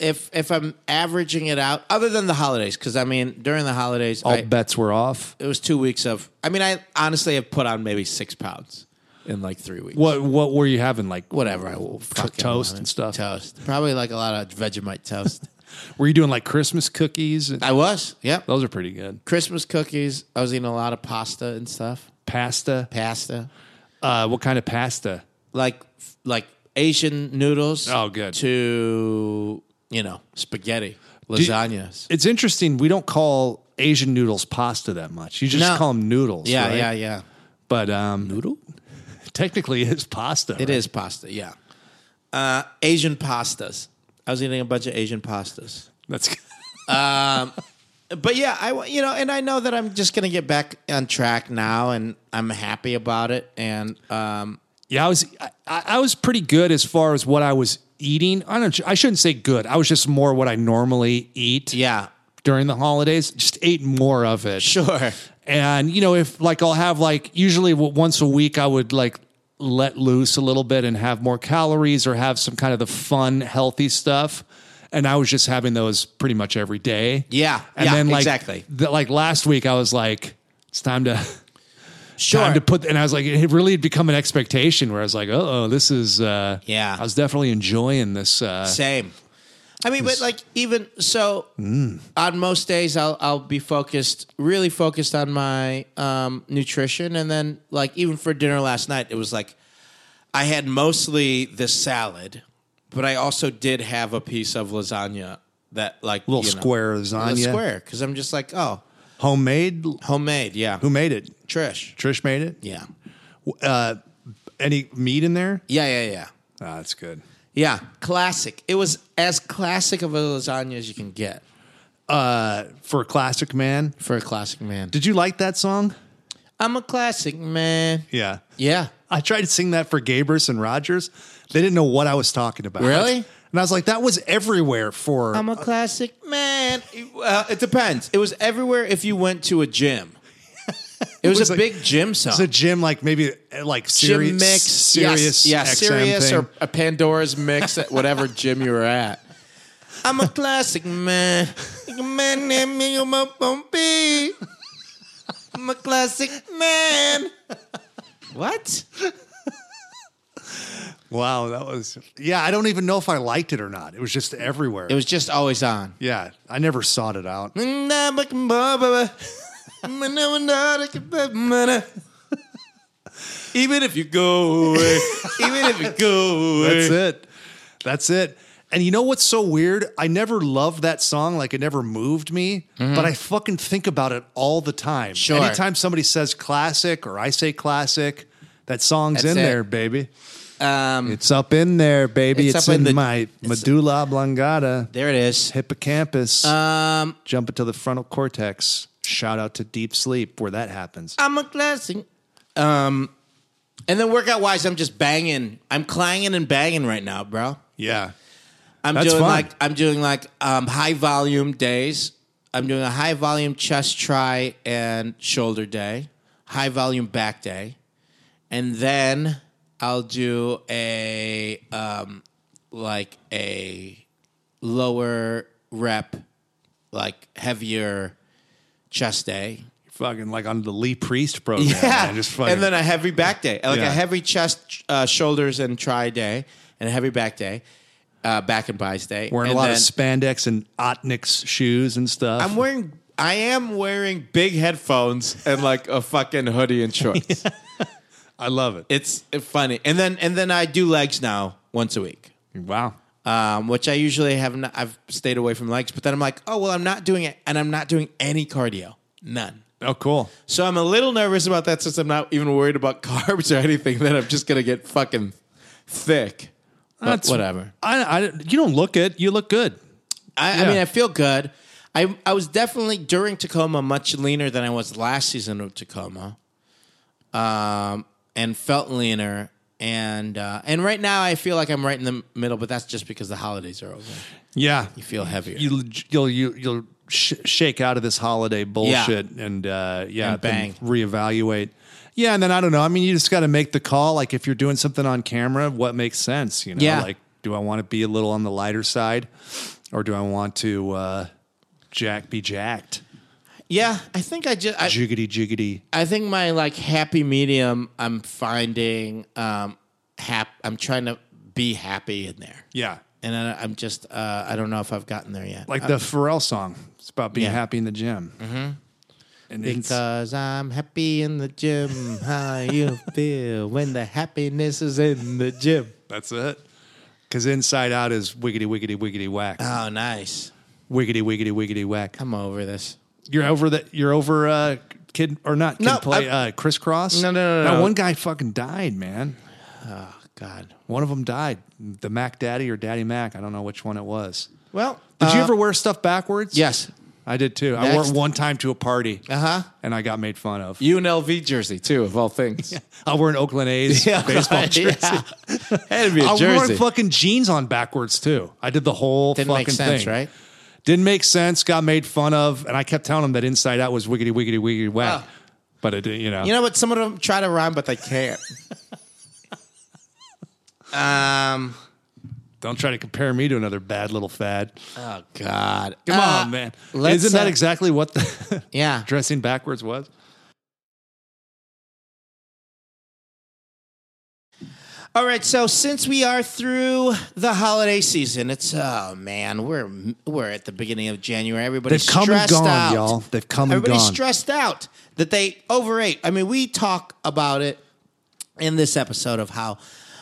S2: if if I'm averaging it out other than the holidays cuz I mean during the holidays
S3: All
S2: I,
S3: bets were off.
S2: it was 2 weeks of I mean I honestly have put on maybe 6 pounds in like 3 weeks.
S3: What What were you having? Like
S2: Whatever I will
S3: t- toast and stuff.
S2: Toast. Probably like a lot of Vegemite toast.
S3: Were you doing like Christmas cookies?
S2: I was. Yep.
S3: Those are pretty good.
S2: Christmas cookies. I was eating a lot of pasta and stuff.
S3: Pasta.
S2: Pasta,
S3: Uh, what kind of pasta?
S2: like like Asian noodles.
S3: Oh, good.
S2: To you know, spaghetti, lasagnas.
S3: It's interesting. We don't call Asian noodles pasta that much. You just
S2: No.
S3: call them noodles.
S2: yeah,
S3: right?
S2: yeah, yeah.
S3: But um, noodle technically it's pasta.
S2: It is pasta. Yeah. Uh, Asian pastas. I was eating a bunch of Asian pastas.
S3: That's
S2: But yeah, I you know, and I know that I'm just gonna get back on track now, and I'm happy about it. And um,
S3: yeah. I was I, I was pretty good as far as what I was eating. I don't. I shouldn't say good. I was just more what I normally eat.
S2: yeah,
S3: During the holidays, just ate more of it.
S2: sure.
S3: And you know, if like I'll have like usually w- once a week, I would like let loose a little bit and have more calories or have some kind of the fun, healthy stuff. And I was just having those pretty much every day.
S2: Yeah,
S3: and
S2: yeah,
S3: then like
S2: exactly.
S3: the- like last week, I was like, it's time to
S2: Sure.
S3: time to put. And I was like, it really had become an expectation where I was like, oh, this is uh,
S2: Yeah.
S3: I was definitely enjoying this. Uh,
S2: Same. I mean, but like even so,
S3: Mm.
S2: on most days I'll I'll be focused, really focused on my um, nutrition, and then like even for dinner last night, it was like I had mostly this salad, but I also did have a piece of lasagna that like
S3: Little
S2: you know,
S3: square
S2: little
S3: lasagna,
S2: square, because I'm just like oh
S3: homemade.
S2: homemade, yeah,
S3: Who made it?
S2: Trish,
S3: Trish made it.
S2: yeah,
S3: Uh, any meat in there?
S2: yeah, yeah, yeah,
S3: Ah, that's good.
S2: yeah, classic. It was as classic of a lasagna as you can get
S3: for a classic man.
S2: for a classic man.
S3: Did you like that song?
S2: I'm a classic man.
S3: Yeah.
S2: Yeah.
S3: I tried to sing that for Gabris and Rogers. They didn't know what I was talking about.
S2: Really?
S3: And I was like, that was everywhere for.
S2: I'm a classic man. Uh, it depends. It was everywhere if you went to a gym. It was, a
S3: like-
S2: big gym song.
S3: it's a gym, like maybe uh, like serious,
S2: gym mix. yes,
S3: serious,
S2: yeah,
S3: XM
S2: serious
S3: thing.
S2: or a Pandora's mix at whatever gym you were at. I'm a classic man. A man named me, I'm a bumpy. I'm a classic man. What?
S3: wow, that was yeah. I don't even know if I liked it or not. It was just everywhere.
S2: It was just always on.
S3: yeah, I never sought it out.
S2: Even if you go away, even if you go away.
S3: That's it. That's it. And you know what's so weird? I never loved that song. Like it never moved me, but I fucking think about it all the time.
S2: Mm-hmm. Sure.
S3: Anytime somebody says classic or I say classic, that song's
S2: That's
S3: in
S2: it.
S3: there, baby.
S2: Um,
S3: It's up in there, baby.
S2: It's
S3: It's,
S2: up
S3: in,
S2: in the-
S3: my medulla oblongata,
S2: there it is.
S3: hippocampus,
S2: Um,
S3: jump into the frontal cortex. Shout out to deep sleep where that happens.
S2: I'm a classic. Um, and then workout wise, I'm just banging. I'm clanging and banging right now, bro.
S3: Yeah.
S2: I'm
S3: That's
S2: doing
S3: fun.
S2: like I'm doing like um, high volume days. I'm doing a high volume chest try and shoulder day, high volume back day, and then I'll do a um, like a lower rep, like heavier chest day.
S3: Fucking like on the Lee Priest program. man. Just fucking,
S2: and then a heavy back day, like a
S3: Yeah.
S2: heavy chest, uh, shoulders, and try day, and a heavy back day, uh, back and buys day.
S3: wearing
S2: And
S3: a lot
S2: then-
S3: of spandex and Otnick's shoes and stuff.
S2: I'm wearing. I am wearing big headphones and like a fucking hoodie and shorts.
S3: I love it.
S2: It's funny. And then and then I do legs now once a week,
S3: Wow.
S2: um, which I usually have. Not, I've stayed away from legs, but then I'm like, oh well, I'm not doing it, and I'm not doing any cardio, none.
S3: Oh, cool.
S2: So I'm a little nervous about that since I'm not even worried about carbs or anything. That I'm just gonna get fucking thick. But whatever.
S3: I, I, you don't look it. You look good.
S2: I, I
S3: Yeah.
S2: mean, I feel good. I I was definitely during Tacoma much leaner than I was last season of Tacoma, um, and felt leaner. And uh, and right now I feel like I'm right in the middle, but that's just because the holidays are over.
S3: Yeah.
S2: You feel heavier.
S3: You, you'll, you, you'll sh- shake out of this holiday bullshit and, uh, yeah,
S2: And
S3: then
S2: bang.
S3: reevaluate. Yeah. And then I don't know. I mean, you just got to make the call. Like if you're doing something on camera, what makes sense? You know,
S2: Yeah.
S3: like, do I want to be a little on the lighter side or do I want to, uh, jack be jacked?
S2: yeah, I think I just I,
S3: Jiggity jiggity.
S2: I think my like happy medium. I'm finding um hap. I'm trying to be happy in there,
S3: Yeah.
S2: and I, I'm just uh, I don't know if I've gotten there yet.
S3: Like the Pharrell song. It's about being
S2: Uh, Yeah. uh,
S3: happy in the gym. Mm-hmm. And it's,
S2: Because I'm happy in the gym. How you feel when the happiness is in the gym?
S3: That's it. Because inside out is wiggity wiggity wiggity whack,
S2: Oh, nice.
S3: wiggity wiggity wiggity whack.
S2: I'm over this.
S3: You're over that. You're over uh, kid or not? Kid
S2: No,
S3: play uh, crisscross.
S2: No, no, no,
S3: That
S2: no.
S3: one guy fucking died, man.
S2: Oh, God.
S3: One of them died. The Mac Daddy or Daddy Mac. I don't know which one it was.
S2: Well,
S3: Did you
S2: uh,
S3: ever wear stuff backwards?
S2: Yes.
S3: I did too. I
S2: Next.
S3: wore it one time to a party,
S2: Uh huh.
S3: and I got made fun of.
S2: UNLV jersey, too, of all things.
S3: I wore an Oakland A's baseball jersey.
S2: Had to be a
S3: I wore
S2: jersey.
S3: fucking jeans on backwards too. I did the whole
S2: Didn't
S3: fucking
S2: make sense,
S3: thing.
S2: right?
S3: Didn't make sense. Got made fun of, and I kept telling him that Inside Out was wiggity wiggity wiggity whack.
S2: Oh.
S3: But it, didn't, you know,
S2: You know what? Some of them try to rhyme, but they can't. um.
S3: don't try to compare me to another bad little fad.
S2: Oh, God.
S3: Come
S2: Uh,
S3: on, man.
S2: let's,
S3: Isn't that
S2: uh,
S3: exactly what the
S2: Yeah.
S3: dressing backwards was?
S2: All right, so since we are through the holiday season, it's
S3: Mm.
S2: oh man, we're we're at the beginning of January. Everybody's
S3: They've come and
S2: stressed
S3: gone,
S2: out,
S3: y'all. They've come and
S2: Everybody's
S3: gone.
S2: stressed out that they overate. I mean, we talk about it in this episode of how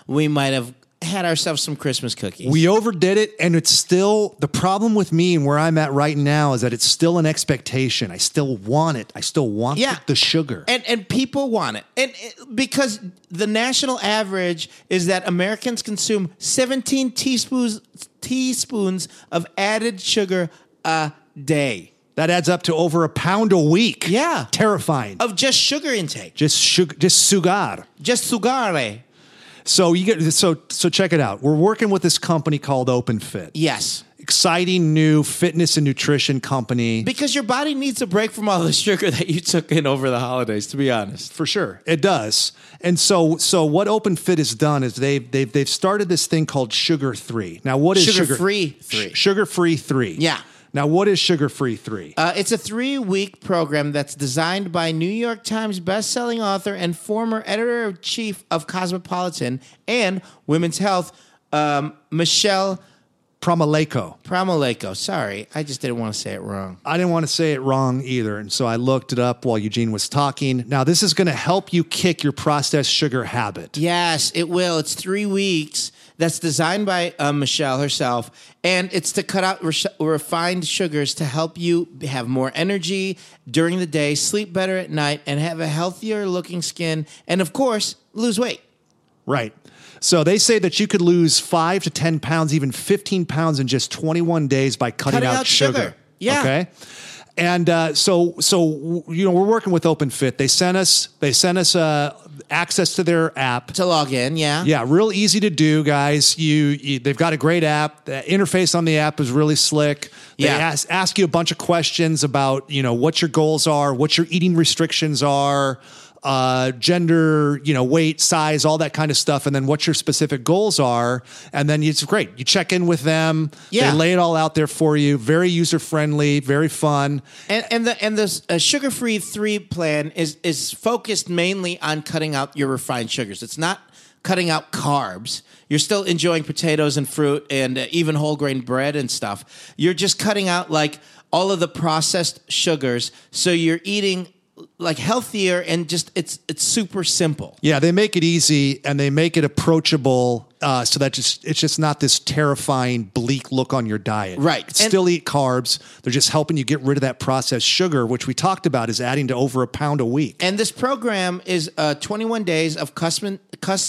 S2: we might have had ourselves some Christmas cookies.
S3: We overdid it, and it's still the problem with me and where I'm at right now is that it's still an expectation. I still want it. I still want
S2: Yeah.
S3: the, the sugar.
S2: and and people want it, and it- because the national average is that Americans consume 17 teaspoons teaspoons of added sugar a day.
S3: That adds up to over a pound a week.
S2: Yeah. Oh.
S3: Terrifying.
S2: of just sugar intake,
S3: just sugar, just sugar.
S2: just sugare.
S3: So you get so so check it out. We're working with this company called Open Fit.
S2: Yes,
S3: Exciting new fitness and nutrition company.
S2: because your body needs a break from all the sugar that you took in over the holidays. To be honest,
S3: for sure. It does. And so so what Open Fit has done is they've they've they've started this thing called Sugar Three. Now what is sugar,
S2: Sugar-free three.
S3: sugar Free Three.
S2: Yeah.
S3: Now what is Sugar Free Three?
S2: uh, it's a three-week program that's designed by New York Times best-selling author and former editor-in-chief of Cosmopolitan and Women's Health, um, Michelle
S3: Promaleco.
S2: Pramoleko. Sorry, I just didn't want to say it wrong.
S3: I didn't want to say it wrong either. And so I looked it up while Eugene was talking. Now, this is going to help you kick your processed sugar habit.
S2: Yes, it will. It's three weeks. That's designed by uh, Michelle herself, and it's to cut out re- refined sugars to help you have more energy during the day, sleep better at night, and have a healthier looking skin, and of course, lose weight.
S3: Right. So they say that you could lose five to 10 pounds, even 15 pounds in just 21 days by cutting,
S2: Cutting out sugar. Yeah.
S3: Okay. And uh, so, so you know, we're working with OpenFit. They sent us, they sent us uh, access to their app.
S2: To log in, yeah,
S3: Yeah, real easy to do, guys. You, you they've got a great app. The interface on the app is really slick. They
S2: Yeah.
S3: ask, ask you a bunch of questions about you know what your goals are, what your eating restrictions are, uh, gender, you know, weight, size, all that kind of stuff, and then what your specific goals are. And then it's great. You check in with them.
S2: Yeah.
S3: they lay it all out there for you. Very user friendly, very fun.
S2: and and the and the uh, sugar free three plan is is focused mainly on cutting out your refined sugars. It's not cutting out carbs. You're still enjoying potatoes and fruit and uh, even whole grain bread and stuff. You're just cutting out like all of the processed sugars, so you're eating like healthier and just it's it's super simple.
S3: Yeah, they make it easy and they make it approachable, uh, so that just it's just not this terrifying, bleak look on your diet.
S2: Right.
S3: You can
S2: And-
S3: Still eat carbs. They're just helping you get rid of that processed sugar, which we talked about is adding to over a pound a week.
S2: And this program is uh, 21 days of custom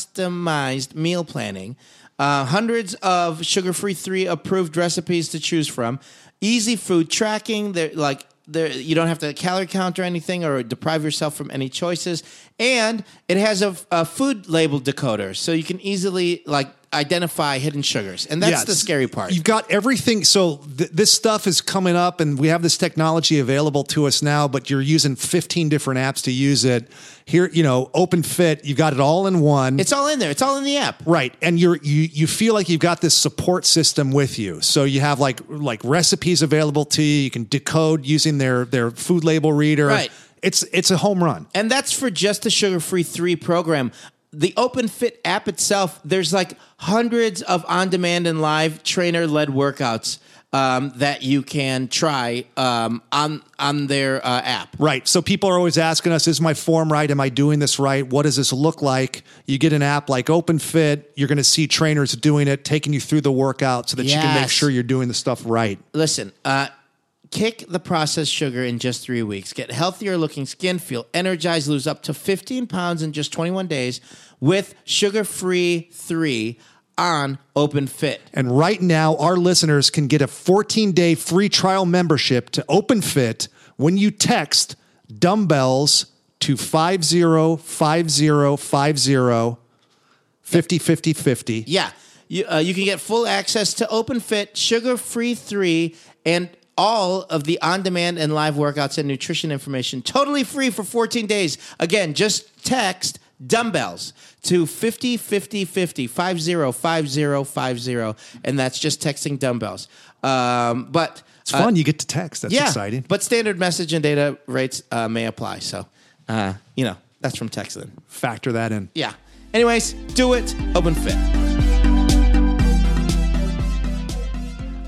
S2: customized meal planning, uh, hundreds of sugar free three approved recipes to choose from, easy food tracking. They're like they're, you don't have to calorie count or anything or deprive yourself from any choices. And it has a, a food label decoder, so you can easily like identify hidden sugars. And that's
S3: Yeah,
S2: the
S3: it's-
S2: scary part.
S3: You've got everything. So th- this stuff is coming up, and we have this technology available to us now. But you're using 15 different apps to use it. Here, you know, Open Fit, you've got it all in one.
S2: It's all in there. It's all in the app.
S3: Right, and you're you you feel like you've got this support system with you. So you have like like recipes available to you. You can decode using their their food label reader.
S2: Right.
S3: It's it's a home run.
S2: And that's for just the sugar free three program. The Open Fit app itself, there's like hundreds of on demand and live trainer led workouts um, that you can try um, on on their uh, app.
S3: Right. So people are always asking us, is my form right? Am I doing this right? What does this look like? You get an app like OpenFit, you're going to see trainers doing it, taking you through the workout so that you can make
S2: Yes.
S3: sure you're doing the stuff right.
S2: Listen, uh, kick the processed sugar in just three weeks. Get healthier looking skin, feel energized, lose up to 15 pounds in just 21 days with Sugar Free 3 on Open Fit.
S3: And right now, our listeners can get a 14 day free trial membership to OpenFit when you text dumbbells to 505050 50 50 50.
S2: Yeah. You, uh, you can get full access to OpenFit, Sugar Free 3, and all of the on demand and live workouts and nutrition information totally free for 14 days. Again, just text dumbbells to 50 50 50 50 50 50 and that's just texting dumbbells um, but
S3: It's fun. you get to text. That's
S2: yeah
S3: exciting.
S2: but standard message and data rates uh, may apply so uh, you know that's from texting
S3: Factor that in.
S2: yeah anyways do it open fit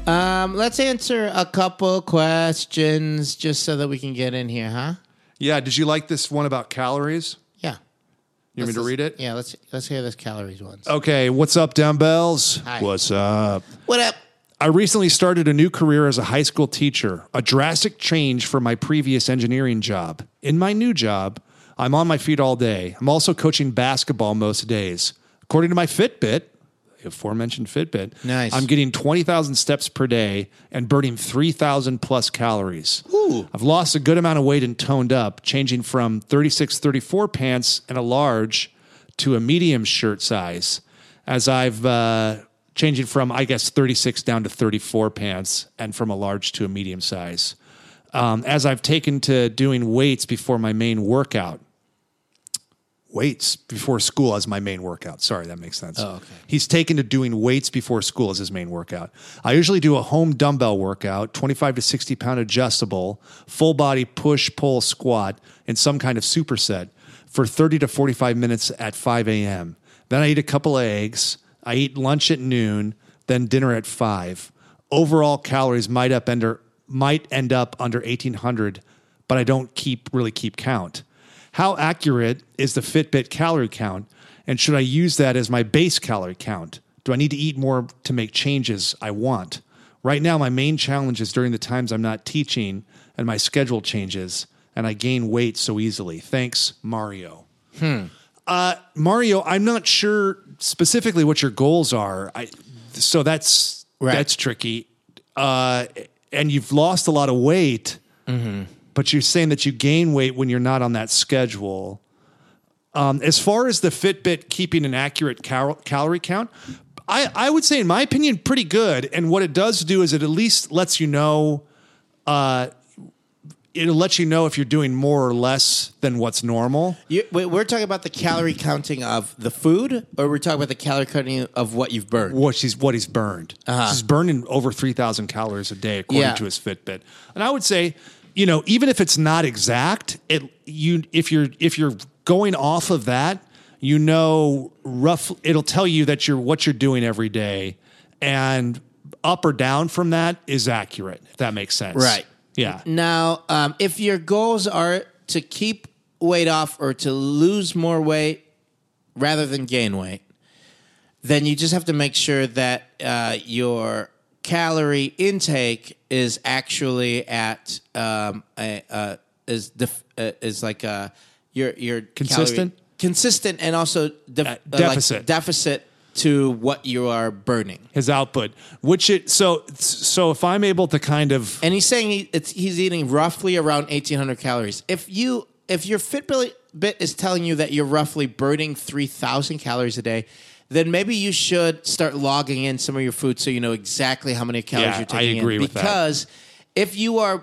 S2: Um, let's answer a couple questions just so that we can get in here, huh?
S3: Yeah. Did you like this one about calories?
S2: Yeah.
S3: You want me to read it? Oh.
S2: Yeah, let's let's hear this calories ones.
S3: Okay. What's up, dumbbells?
S2: Hi.
S3: What's up?
S2: What up?
S3: I recently started a new career as a high school teacher, a drastic change from my previous engineering job. In my new job, I'm on my feet all day. I'm also coaching basketball most days. According to my Fitbit,
S1: aforementioned Fitbit.
S2: Nice.
S1: I'm getting 20,000 steps per day and burning 3,000 plus calories. Ooh. I've lost a good amount of weight and toned up, changing from 36, 34 pants and a large to a medium shirt size as I've uh, changing from, I guess, 36 down to 34 pants and from a large to a medium size. Um, as I've taken to doing weights before my main workout,
S3: weights before school as my main workout. Sorry, that makes sense.
S2: okay.
S3: He's taken to doing weights before school as his main workout. I usually do a home dumbbell workout, 25 to 60 pound adjustable, full body push, pull, squat, and some kind of superset for 30 to 45 minutes at 5 a.m. Then I eat a couple of eggs. I eat lunch at noon, then dinner at 5. Overall calories might up under might end up under 1800, but I don't keep really keep count. How accurate is the Fitbit calorie count? And should I use that as my base calorie count? Do I need to eat more to make changes I want? Right now, my main challenge is during the times I'm not teaching and my schedule changes and I gain weight so easily. Thanks, Mario. Uh, Mario, I'm not sure specifically what your goals are. I, so that's
S2: Right.
S3: that's tricky. Uh, and you've lost a lot of weight but you're saying that you gain weight when you're not on that schedule. Um, as far as the Fitbit keeping an accurate cal- calorie count, I, I would say, in my opinion, pretty good. And what it does do is it at least lets you know, uh, it'll let you know if you're doing more or less than what's normal.
S2: You, wait, we're talking about the calorie counting of the food, or we're talking about the calorie counting of what you've burned.
S3: what she's what he's burned. He's burning over three thousand calories a day according
S2: Uh-huh. Yeah.
S3: to his Fitbit. And I would say, you know, even if it's not exact, it you if you're if you're going off of that, you know, rough it'll tell you that you're what you're doing every day, and up or down from that is accurate. If that makes sense,
S2: Right.
S3: Yeah.
S2: Now, um, if your goals are to keep weight off or to lose more weight rather than gain weight, then you just have to make sure that uh, your calorie intake is actually at um, a, uh, is def- uh, is like uh your your calorie-
S3: Consistent?
S2: consistent, and also def- uh, like
S3: deficit.
S2: deficit to what you are burning.
S3: His output, which it so so if I'm able to kind of
S2: and he's saying he, it's, he's eating roughly around 1800 calories if you if your fitbit bit is telling you that you're roughly burning 3000 calories a day then maybe you should start logging in some of your food so you know exactly how many calories
S1: Yeah,
S2: you're taking
S1: I agree
S2: in
S1: with that.
S2: because if you are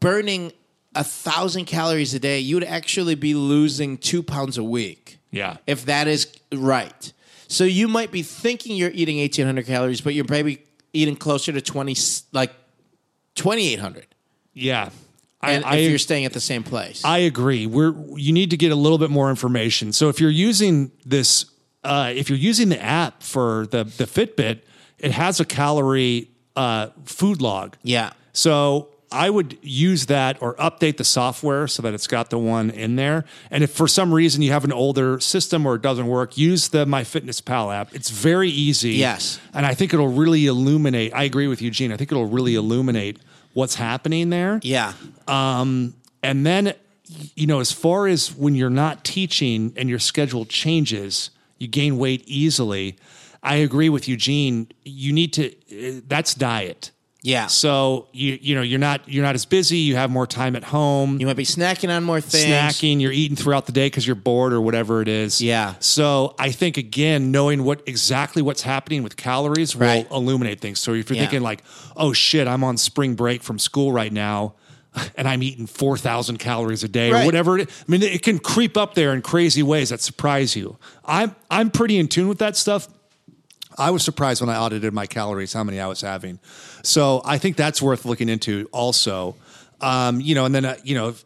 S2: burning a thousand calories a day you'd actually be losing two pounds a week
S1: Yeah.
S2: if that is right. So you might be thinking you're eating 1800 calories, but you're maybe eating closer to 20, like 2800.
S1: yeah. I,
S2: And
S1: I,
S2: if you're staying at the same place.
S1: I agree. We're you need to get a little bit more information. So if you're using this, uh, if you're using the app for the the Fitbit, it has a calorie uh, food log.
S2: yeah.
S1: So I would use that or update the software so that it's got the one in there. And if for some reason you have an older system or it doesn't work, use the MyFitnessPal app. It's very easy.
S2: Yes.
S1: And I think it'll really illuminate. I agree with you, Gene. I think it'll really illuminate what's happening there.
S2: Yeah.
S1: And then, you know, as far as when you're not teaching and your schedule changes, you gain weight easily. I agree with Eugene. You need to, uh, that's diet.
S2: Yeah.
S1: So you you know you're not you're not as busy. You have more time at home,
S2: you might be snacking on more things.
S1: snacking. You're eating throughout the day because you're bored or whatever it is.
S2: Yeah.
S1: So I think again, knowing what exactly what's happening with calories will
S2: Right.
S1: illuminate things. So if you're
S2: Yeah.
S1: thinking like, oh shit, I'm on spring break from school right now. And I'm eating four thousand calories a day,
S2: Right.
S1: or whatever. It, I mean, it can creep up there in crazy ways that surprise you. I'm I'm pretty in tune with that stuff.
S3: I was surprised when I audited my calories how many I was having. So I think that's worth looking into also. Um, you know, and then uh, you know, if-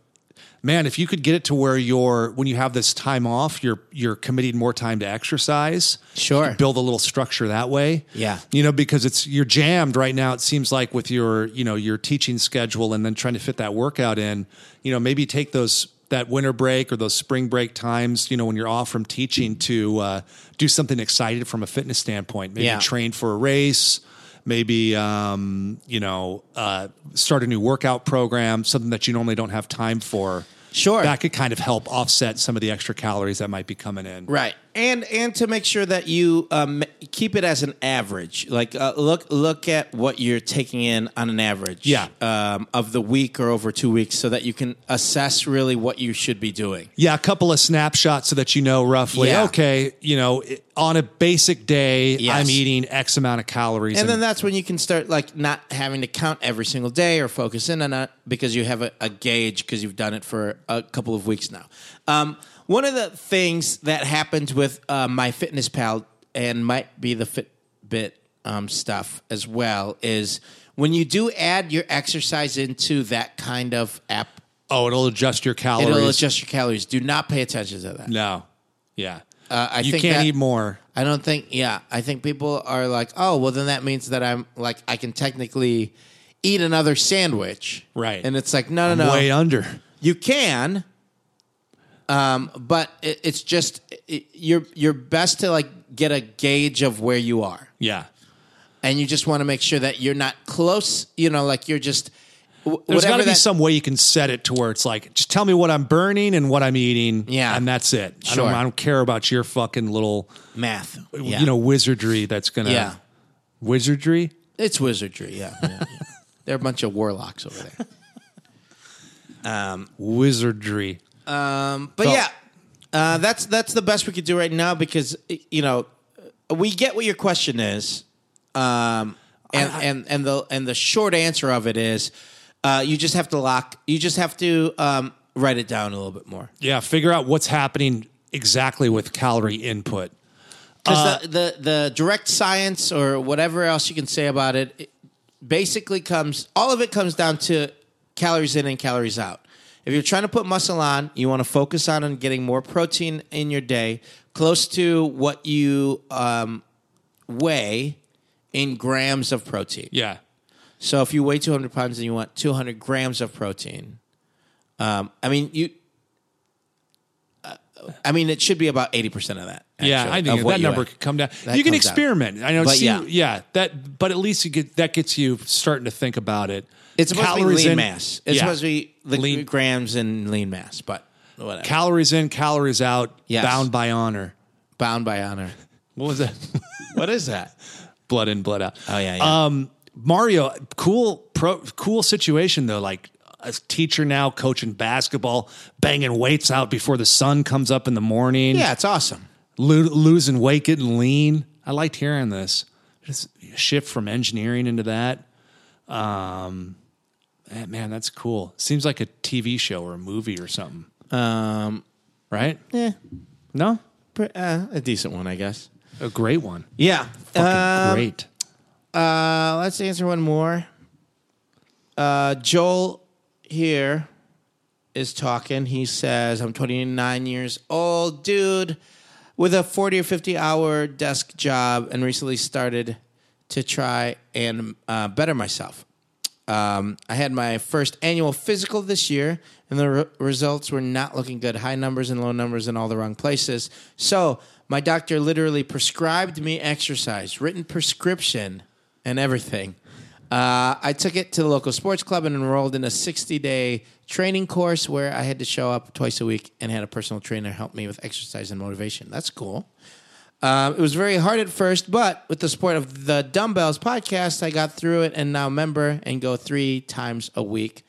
S3: man, if you could get it to where you're when you have this time off, you're you're committing more time to exercise.
S2: Sure.
S3: You could build a little structure that way.
S2: Yeah.
S3: You know, because it's you're jammed right now. It seems like with your you know your teaching schedule and then trying to fit that workout in. You know, maybe take those that winter break or those spring break times. You know, when you're off from teaching to uh, do something excited from a fitness standpoint. Maybe
S2: Yeah.
S3: train for a race. Maybe um, you know uh, start a new workout program, something that you normally don't have time for.
S2: Sure.
S3: that could kind of help offset some of the extra calories that might be coming in.
S2: Right. and and to make sure that you um, keep it as an average like uh, look look at what you're taking in on an average
S3: Yeah.
S2: um, of the week or over two weeks so that you can assess really what you should be doing
S3: Yeah, a couple of snapshots so that you know roughly.
S2: Yeah.
S3: Okay, you know, i- on a basic day,
S2: Yes.
S3: I'm eating X amount of calories.
S2: and then that's when you can start like not having to count every single day or focus in on it because you have a, a gauge because you've done it for a couple of weeks now um, one of the things that happened with uh, my fitness pal and might be the fitbit um, stuff as well is when you do add your exercise into that kind of app
S3: oh, it'll adjust your calories.
S2: it'll adjust your calories do not pay attention to that
S3: No, yeah,
S2: Uh, I
S3: you
S2: think
S3: can't
S2: that-
S3: eat more.
S2: I don't think. Yeah, I think people are like, oh, well, then that means that I'm like I can technically eat another sandwich,
S3: Right.
S2: And it's like, no, no, no,
S3: Way under.
S2: you can. Um, but it, it's just it, you're you're best to like get a gauge of where you are,
S3: Yeah,
S2: and you just want to make sure that you're not close. You know, like you're just. wh-
S3: there's got
S2: whatever
S3: to be
S2: that-
S3: some way you can set it to where it's like, just tell me what I'm burning and what I'm eating.
S2: Yeah.
S3: and that's it. I,
S2: Sure.
S3: don't, I don't care about your fucking little,
S2: math. Yeah.
S3: you know, wizardry. That's gonna
S2: Yeah.
S3: wizardry.
S2: It's wizardry, yeah. yeah, yeah. They're a bunch of warlocks over there.
S3: Wizardry.
S2: But
S3: So-
S2: yeah, uh, that's that's the best we could do right now because y- you know we get what your question is, um, and and and the and the short answer of it is uh, you just have to lock. You just have to um, write it down a little bit more
S3: Yeah, figure out what's happening exactly with calorie input.
S2: because
S3: Uh,
S2: the, the the direct science or whatever else you can say about it, it basically comes all of it comes down to calories in and calories out. If you're trying to put muscle on, you want to focus on and getting more protein in your day, close to what you um, weigh in grams of protein.
S3: Yeah.
S2: So if you weigh 200 pounds and you want 200 grams of protein, um, I mean you. uh, I mean, it should be about eighty percent of that.
S3: Yeah,
S2: actually,
S3: I
S2: of
S3: think
S2: what
S3: that
S2: you
S3: number
S2: weigh.
S3: could come down.
S2: That
S3: you can
S2: comes down.
S3: experiment. I know.
S2: But
S3: see,
S2: yeah.
S3: yeah. that. But at least you get that gets you starting to think about it.
S2: It's supposed to be lean mass. It's
S3: yeah.
S2: supposed to be the
S3: Lean-
S2: grams and lean mass, but whatever.
S3: calories in, calories out.
S2: Yes.
S3: Bound by honor.
S2: Bound by honor.
S3: What was that?
S2: What is that?
S3: blood in, blood out.
S2: Oh yeah, yeah.
S3: Um, Mario, cool pro, cool situation though. Like a teacher now, coaching basketball, banging weights out before the sun comes up in the morning.
S2: yeah, it's awesome.
S3: lo- losing weight, getting lean. I liked hearing this. Just shift from engineering into that. Um, eh, man, that's cool. Seems like a TV show or a movie or something,
S2: Um,
S3: right?
S2: yeah,
S3: No,
S2: pr- uh, a decent one, I guess.
S3: a great one.
S2: Yeah.
S3: Fucking
S2: Um,
S3: great.
S2: Uh, let's answer one more. Uh, Joel here is talking. He says, I'm 29 years old, dude, with a 40 or 50 hour desk job, and recently started to try and uh, better myself. Um, I had my first annual physical this year, and the re- results were not looking good. High numbers and low numbers in all the wrong places. So my doctor literally prescribed me exercise, written prescription, and everything. Uh, I took it to the local sports club and enrolled in a 60 day training course where I had to show up twice a week and had a personal trainer help me with exercise and motivation. That's cool. Um, it was very hard at first, but with the support of the Dumbbells podcast, I got through it and now member and go three times a week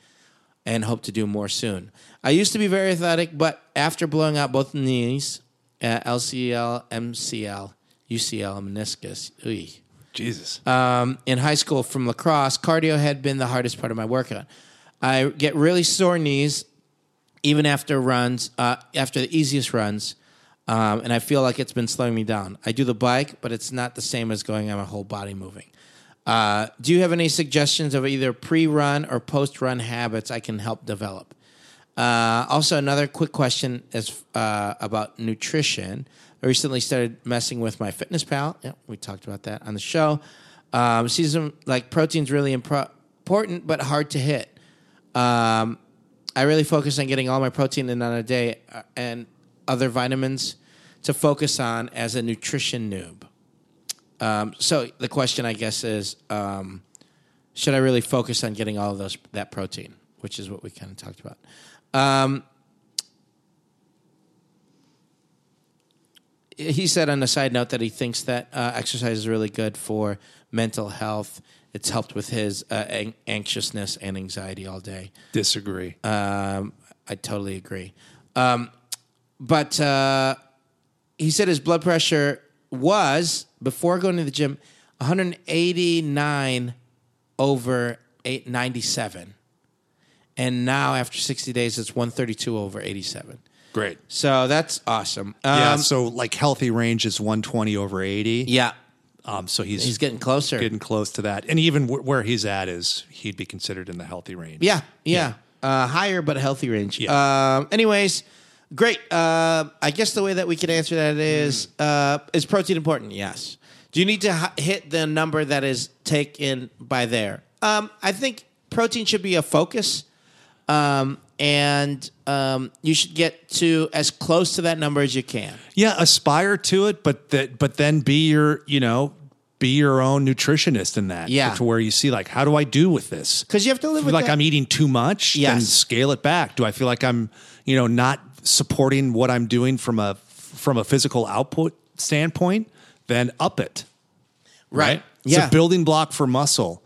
S2: and hope to do more soon. I used to be very athletic, but after blowing out both knees, uh, LCL, MCL, UCL, meniscus, ooh,
S3: Jesus.
S2: um, in high school from lacrosse, cardio had been the hardest part of my workout. I get really sore knees even after runs, uh, after the easiest runs, um, and I feel like it's been slowing me down. I do the bike, but it's not the same as going on my whole body moving. Uh, do you have any suggestions of either pre run or post run habits I can help develop? Uh, also, another quick question is uh, about nutrition. I recently started messing with my Fitness Pal. Yeah, we talked about that on the show. Um, season like protein's really impro- important, but hard to hit. Um, I really focus on getting all my protein in on a day uh, and other vitamins to focus on as a nutrition noob. Um, so the question, I guess, is um, should I really focus on getting all of those that protein, which is what we kind of talked about. Um, he said on a side note that he thinks that uh, exercise is really good for mental health. It's helped with his uh, an- anxiousness and anxiety all day.
S3: Disagree.
S2: Um, I totally agree. Um, but uh, he said his blood pressure was before going to the gym 189 over 897 and now after 60 days it's 132 over 87
S3: Great.
S2: so that's awesome um,
S5: yeah,
S2: yeah,
S5: so like healthy range is 120 over 80. Um, so he's,
S2: he's getting closer
S5: getting close to that. And even wh- where he's at is he'd be considered in the healthy range.
S2: Yeah, yeah. Uh, higher but a healthy range. Um, anyways, great. Uh, I guess the way that we can answer that is
S3: Hmm.
S2: uh, is protein important? Yes. Do you need to h- hit the number that is taken by there? Um, I think protein should be a focus, um, and um, you should get to as close to that number as you can.
S3: Yeah, aspire to it, but that but then be your, you know, be your own nutritionist in that.
S2: Yeah.
S3: To where you see like, how do I do with this?
S2: Because you have to live
S3: feel
S2: with
S3: like
S2: that.
S3: I'm eating too much, then
S2: Yes.
S3: scale it back. Do I feel like I'm, you know, not supporting what I'm doing from a from a physical output standpoint? Then up it.
S2: right.
S3: It's
S2: Yeah.
S3: a building block for muscle.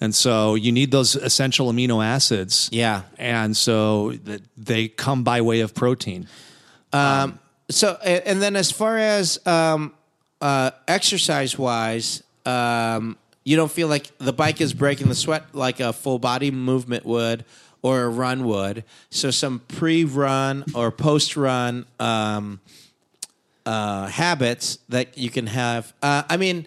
S3: And so you need those essential amino acids.
S2: Yeah.
S3: And so that they come by way of protein.
S2: so a- and then as far as um, uh, exercise wise um, you don't feel like the bike is breaking the sweat like a full body movement would or a run would so some pre-run or post-run um, uh, habits that you can have uh, i mean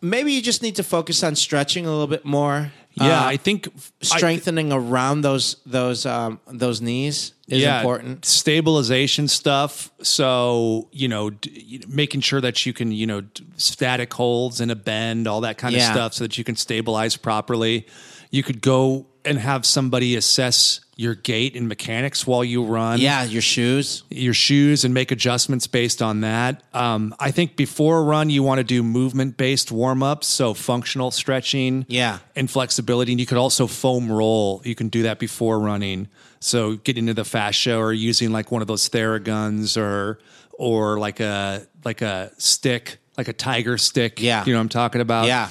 S2: maybe you just need to focus on stretching a little bit more
S3: Yeah,
S2: Uh,
S3: I think I-
S2: strengthening around those those um, those knees is important
S3: Stabilization stuff. So, you know, d- you- making sure that you can, you know, d- static holds and a bend, all that kind
S2: Yeah.
S3: of stuff so that you can stabilize properly. You could go and have somebody assess your gait and mechanics while you run
S2: yeah your shoes
S3: your shoes and make adjustments based on that. Um, I think before a run, you want to do movement based warm ups, so functional stretching,
S2: Yeah.
S3: and flexibility. And you could also foam roll. You can do that before running. So get into the fascia or using like one of those Theraguns or or like a like a stick, like a tiger stick.
S2: Yeah.
S3: you know what I'm talking about.
S2: yeah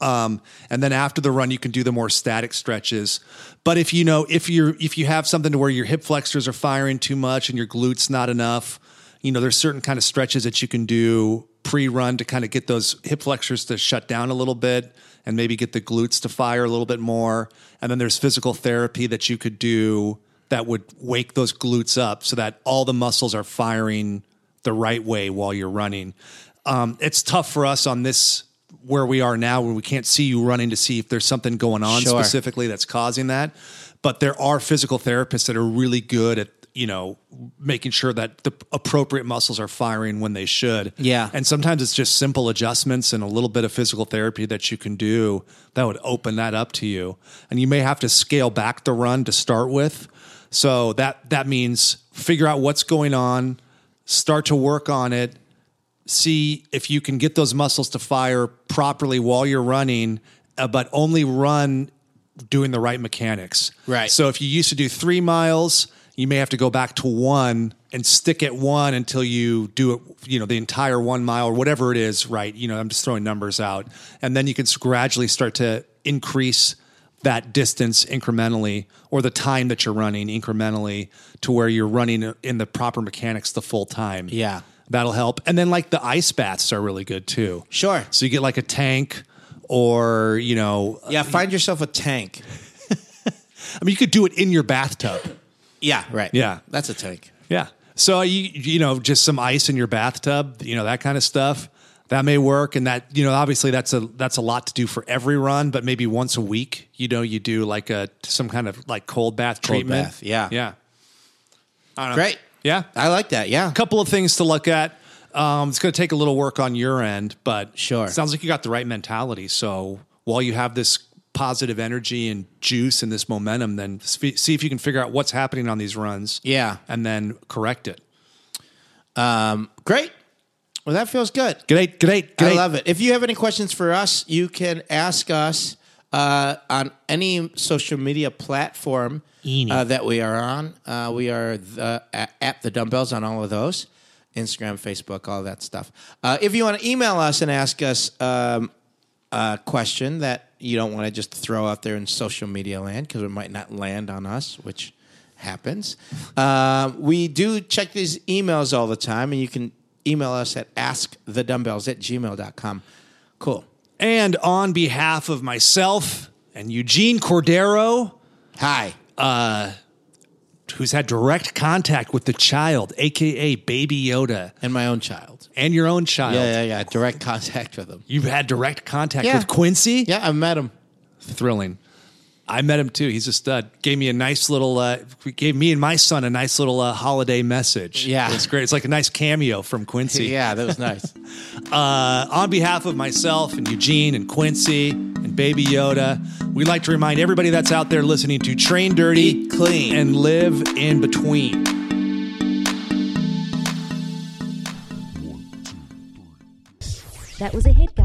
S3: Um, and then after the run, you can do the more static stretches. But if you know if you're if you have something to where your hip flexors are firing too much and your glutes not enough, you know there's certain kind of stretches that you can do pre-run to kind of get those hip flexors to shut down a little bit and maybe get the glutes to fire a little bit more. And then there's physical therapy that you could do that would wake those glutes up so that all the muscles are firing the right way while you're running. Um, it's tough for us on this where we are now, where we can't see you running to see if there's something going on
S2: Sure.
S3: specifically that's causing that. But there are physical therapists that are really good at you know making sure that the appropriate muscles are firing when they should.
S2: Yeah.
S3: and sometimes it's just simple adjustments and a little bit of physical therapy that you can do that would open that up to you. And you may have to scale back the run to start with. So that that means figure out what's going on, start to work on it, see if you can get those muscles to fire properly while you're running, uh, but only run doing the right mechanics.
S2: Right.
S3: So if you used to do three miles, you may have to go back to one and stick at one until you do it, you know, the entire one mile or whatever it is, right? You know, I'm just throwing numbers out. And then you can s- gradually start to increase that distance incrementally or the time that you're running incrementally to where you're running in the proper mechanics the full time.
S2: Yeah.
S3: That'll help. And then like the ice baths are really good too.
S2: Sure.
S3: So you get like a tank or, Uh, you know,
S2: Yeah, find yourself a tank.
S3: I mean you could do it in your bathtub.
S2: Yeah, right.
S3: Yeah.
S2: that's a tank.
S3: Yeah. So uh, you you know, just some ice in your bathtub, you know, that kind of stuff. That may work and that, you know, obviously that's a that's a lot to do for every run, but maybe once a week, you know, you do like a some kind of like cold bath treatment.
S2: bath, yeah.
S3: Yeah.
S2: Great.
S3: Yeah.
S2: I like that. Yeah,
S3: couple of things to look at. Um, it's going to take a little work on your end, but
S2: Sure.
S3: it sounds like you got the right mentality. So while you have this positive energy and juice and this momentum, then sp- see if you can figure out what's happening on these runs.
S2: Yeah.
S3: and then correct it.
S2: great. Well, that feels good.
S3: Great, great,
S2: I love it. If you have any questions for us, you can ask us uh, on any social media platform uh, that we are on. Uh, we are the, at, at the dumbbells on all of those. Instagram, Facebook, all that stuff. Uh, if you want to email us and ask us um, a question that you don't want to just throw out there in social media land because it might not land on us, which happens, uh, we do check these emails all the time, and you can email us at askthedumbbells at gmail.com. Cool.
S3: And on behalf of myself and Eugene Cordero,
S2: Hi.
S3: who's had direct contact with the child, aka Baby Yoda,
S2: And my own child.
S3: and your own child,
S2: Yeah, yeah, yeah. Direct contact with him.
S3: you've had direct contact
S2: Yeah.
S3: with Quincy.
S2: Yeah, I met him.
S3: Thrilling. I met him too. He's a stud. Gave me a nice little, uh, gave me and my son a nice little uh, holiday message.
S2: Yeah.
S3: It's great. It's like a nice cameo from Quincy.
S2: Yeah, that was nice.
S3: Uh, on behalf of myself and Eugene and Quincy and Baby Yoda, we'd like to remind everybody that's out there listening to Train Dirty,
S2: Eat clean.
S3: and live in between.
S1: That was a headgum.